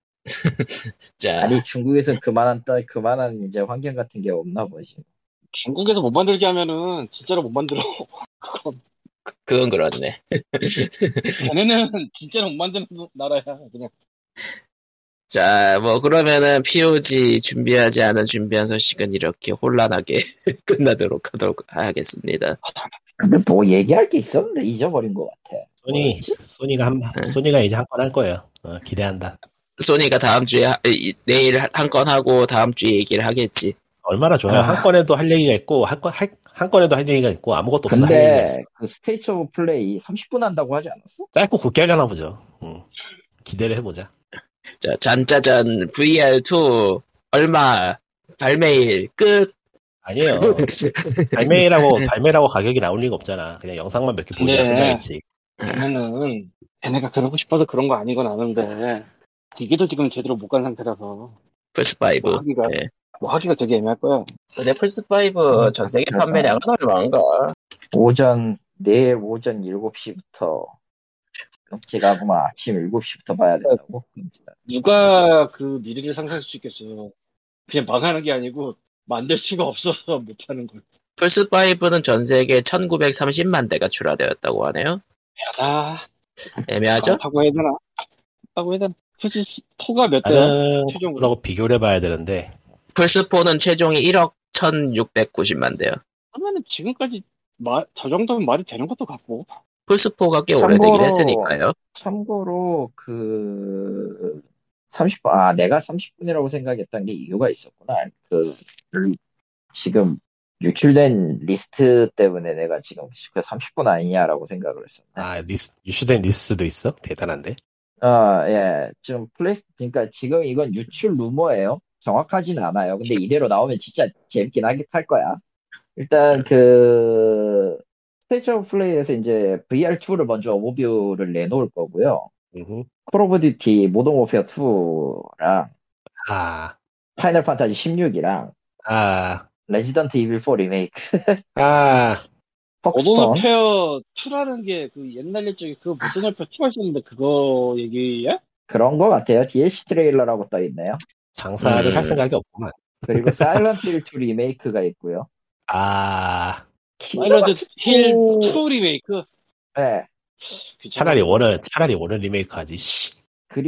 S1: 자,
S2: 아니 중국에선 그만한 딸 그만한 이제 환경 같은 게 없나 보지.
S4: 중국에서 못 만들게 하면은 진짜로 못 만들어.
S1: 그건 그렇네.
S4: 걔네는 진짜로 못 만드는 나라야. 그냥
S1: 자, 뭐 그러면은 POG 준비하지 않은 준비한 소식은 이렇게 혼란하게 끝나도록 하도록 하겠습니다.
S2: 근데 뭐 얘기할 게 있었는데 잊어버린 것 같아.
S5: 소니,
S4: 어.
S2: 뭐였지?
S5: 소니가 한,
S1: 네.
S5: 소니가 이제 한 건 할 거예요. 어, 기대한다.
S1: 소니가 다음 주에 하- 이- 내일 한 건 하고 다음 주에 얘기를 하겠지.
S5: 얼마나 좋아요.
S2: 아.
S5: 한 건에도 할 얘기가 있고, 한 건, 할, 한 건에도 할 얘기가 있고, 아무것도 없어. 할 얘기가 있어.
S2: 근데 그 스테이츠 오브 플레이 30분 한다고 하지 않았어?
S5: 짧고 굵게 하려나 보죠. 응. 기대를 해보자.
S1: 자, 잔짜잔 VR2 얼마 발매일 끝.
S5: 아니에요.
S4: 네.
S5: 발매라고, 발매라고 가격이 나올 리가 없잖아. 그냥 영상만 몇 개 보여야
S4: 네.
S5: 끝나겠지.
S4: 걔네는 걔네가 그러고 싶어서 그런 거 아닌 건 아는데 이게도 지금 제대로 못 간 상태라서 뭐
S1: 플스5.
S4: 하기가
S1: 예.
S4: 뭐 하기가 되게 애매할 거야.
S1: 근데 플스5 전 세계 판매량은 얼마인가?
S2: 오전 내일 오전 7시부터 끔찍하구만 아침 7시부터 봐야 된다고 끔찍하다.
S4: 누가 그 미래를 상상할 수 있겠어요. 그냥 망하는 게 아니고 만들 수가 없어서 못 하는 거야.
S1: 플스5는 전 세계 1930만 대가 출하되었다고 하네요.
S4: 아,
S1: 애매하죠?
S4: 타고 해야 되나? 타고 해야 되나? 굳이 포가 몇 대야?
S5: 다른
S4: 최종.
S5: 거라고 비교를 해봐야 되는데,
S1: 플스4는 최종이 1억 1690만 대요.
S4: 그러면은 지금까지 말, 저 정도면 말이 되는 것도 같고.
S1: 플스4가 꽤
S2: 참고로-
S1: 오래되긴 했으니까요.
S2: 참고로 그 30분 아 내가 30분이라고 생각했던 게 이유가 있었구나. 그 지금 유출된 리스트 때문에 내가 지금 그 30분 아니냐라고 생각을 했었네.
S5: 아, 리스, 유슈된 리스트도 있어? 대단한데?
S2: 아, 예. 지금 플레이, 그러니까 지금 이건 유출 루머예요. 정확하진 않아요. 근데 이대로 나오면 진짜 재밌긴 하긴 할 거야. 일단 그 스테이지 오브 플레이에서 이제 VR2를 먼저 오버뷰를 내놓을 거고요. 콜 오브 듀티 모던 워페어 2랑
S5: 아,
S2: 파이널 판타지 16이랑
S5: 아,
S2: 레지던트 이빌 4 리메이크,
S5: 아,
S2: 폭스톤,
S4: 오버너 페어 2라는 게 그 옛날 옛적에 그 무슨 페어 2가 있었는데 그거 얘기야?
S2: 그런 거 같아요. DLC 트레일러라고 떠 있네요.
S5: 장사를
S1: 음.
S5: 할 생각이 없구만.
S2: 그리고 사일런트 힐 2 리메이크가 있고요.
S5: 아,
S4: 사일런트 힐
S2: 오.
S4: 2 리메이크?
S2: 네.
S5: 차라리 원을, 차라리 원을 리메이크 하지, 씨.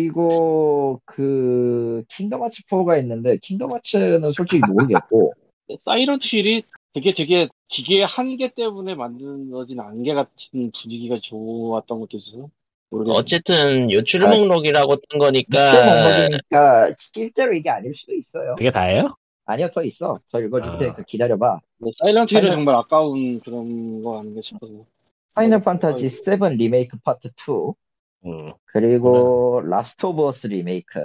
S2: 그리고 그 킹덤 하츠 4가 있는데 킹덤 하츠는 솔직히 모르겠고
S4: 사이런트 힐이 되게 되게 기계의 한계 때문에 만들어진 안개 같은 분위기가 좋았던 것도 있어요. 모르겠어요.
S1: 어쨌든 유출
S2: 아.
S1: 목록이라고 뜬
S2: 육체
S1: 거니까
S2: 목록이니까 실제로 이게 아닐 수도 있어요.
S5: 그게 다예요?
S2: 아니요, 더 있어. 더 읽어줄
S5: 아.
S2: 테니까 기다려봐.
S4: 네, 사이런트 힐은
S2: 아니요.
S4: 정말 아까운 그런 거 아닌가 싶어서.
S2: 파이널 판타지 7 리메이크 파트 2
S5: 음.
S2: 그리고 라스트 오브 어스 리메이크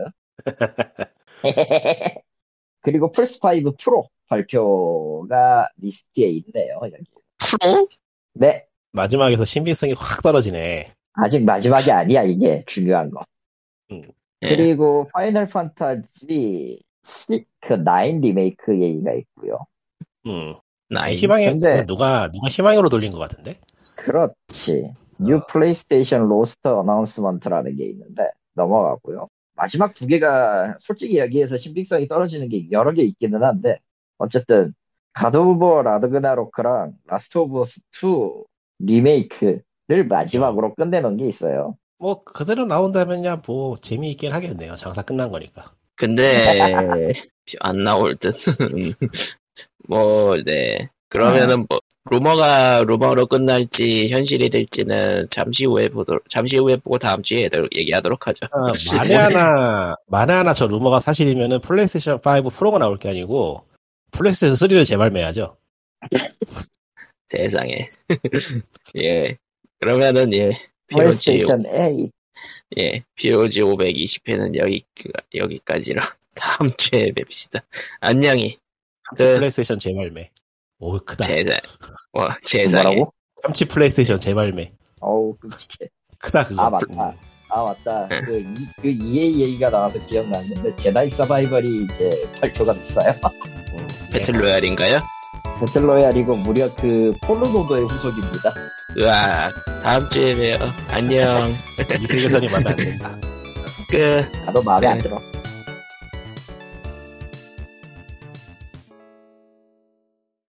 S2: 그리고 플스 5 프로 발표가 리스트에 있네요. 여기.
S1: 프로?
S2: 네,
S5: 마지막에서 신빙성이 확 떨어지네.
S2: 아직 마지막이 아니야 이게 중요한 거.
S1: 예.
S2: 그리고 파이널 판타지 9 리메이크 얘기가 있고요.
S5: 음.
S1: 나이.
S5: 희망의,
S2: 근데-
S5: 누가, 누가 희망으로 돌린 것 같은데?
S2: 그렇지. 뉴 플레이스테이션 로스터 어나운스먼트라는 게 있는데 넘어가고요. 마지막 두 개가 솔직히 여기에서 신빙성이 떨어지는 게 여러 개 있기는 한데 어쨌든 가드 오브 라그나로크랑 라스트 오브 어스 2 리메이크를 마지막으로 끝내놓은 게 있어요.
S5: 뭐 그대로 나온다면야 뭐 재미있긴 하겠네요. 장사 끝난 거니까.
S1: 근데 안 나올 듯. 뭐, 네. 그러면은 뭐 루머가 루머로 끝날지 현실이 될지는 잠시 후에 보도록 잠시 후에 보고 다음 주에 얘들- 얘기하도록 하죠.
S5: 아,
S1: 역시
S5: 만에 하나 만에 하나 저 루머가 사실이면은 플레이스테이션 5 프로가 나올 게 아니고 플레이스테이션 3를 재발매하죠.
S1: 세상에. 예. 그러면은 예.
S2: 뭐
S1: POG
S2: 플레이스테이션 8
S1: 예. POG 520회는 여기 그, 여기까지로 다음 주에 뵙시다. 안녕히. 그- 어,
S5: 플레이스테이션 재발매. 오 크다.
S1: 세상. 와, 세상에.
S2: 뭐라고?
S5: 참치 플레이스테이션 재발매.
S2: 어우 끔찍해.
S5: 크다 그거.
S2: 아 맞다. 아 맞다. 그, 이, 그 EA 얘기가 나와서 기억나는데 제다이 서바이벌이 이제 발표가 됐어요.
S5: 네.
S1: 배틀로얄인가요?
S2: 배틀로얄이고 무려 그 폴로노도의 후속입니다.
S1: 으아. 다음 주에 봬요. 안녕.
S5: 이세계선이 만나 안 된다.
S1: 끝.
S2: 나도 마음에 안
S1: 네.
S2: 들어.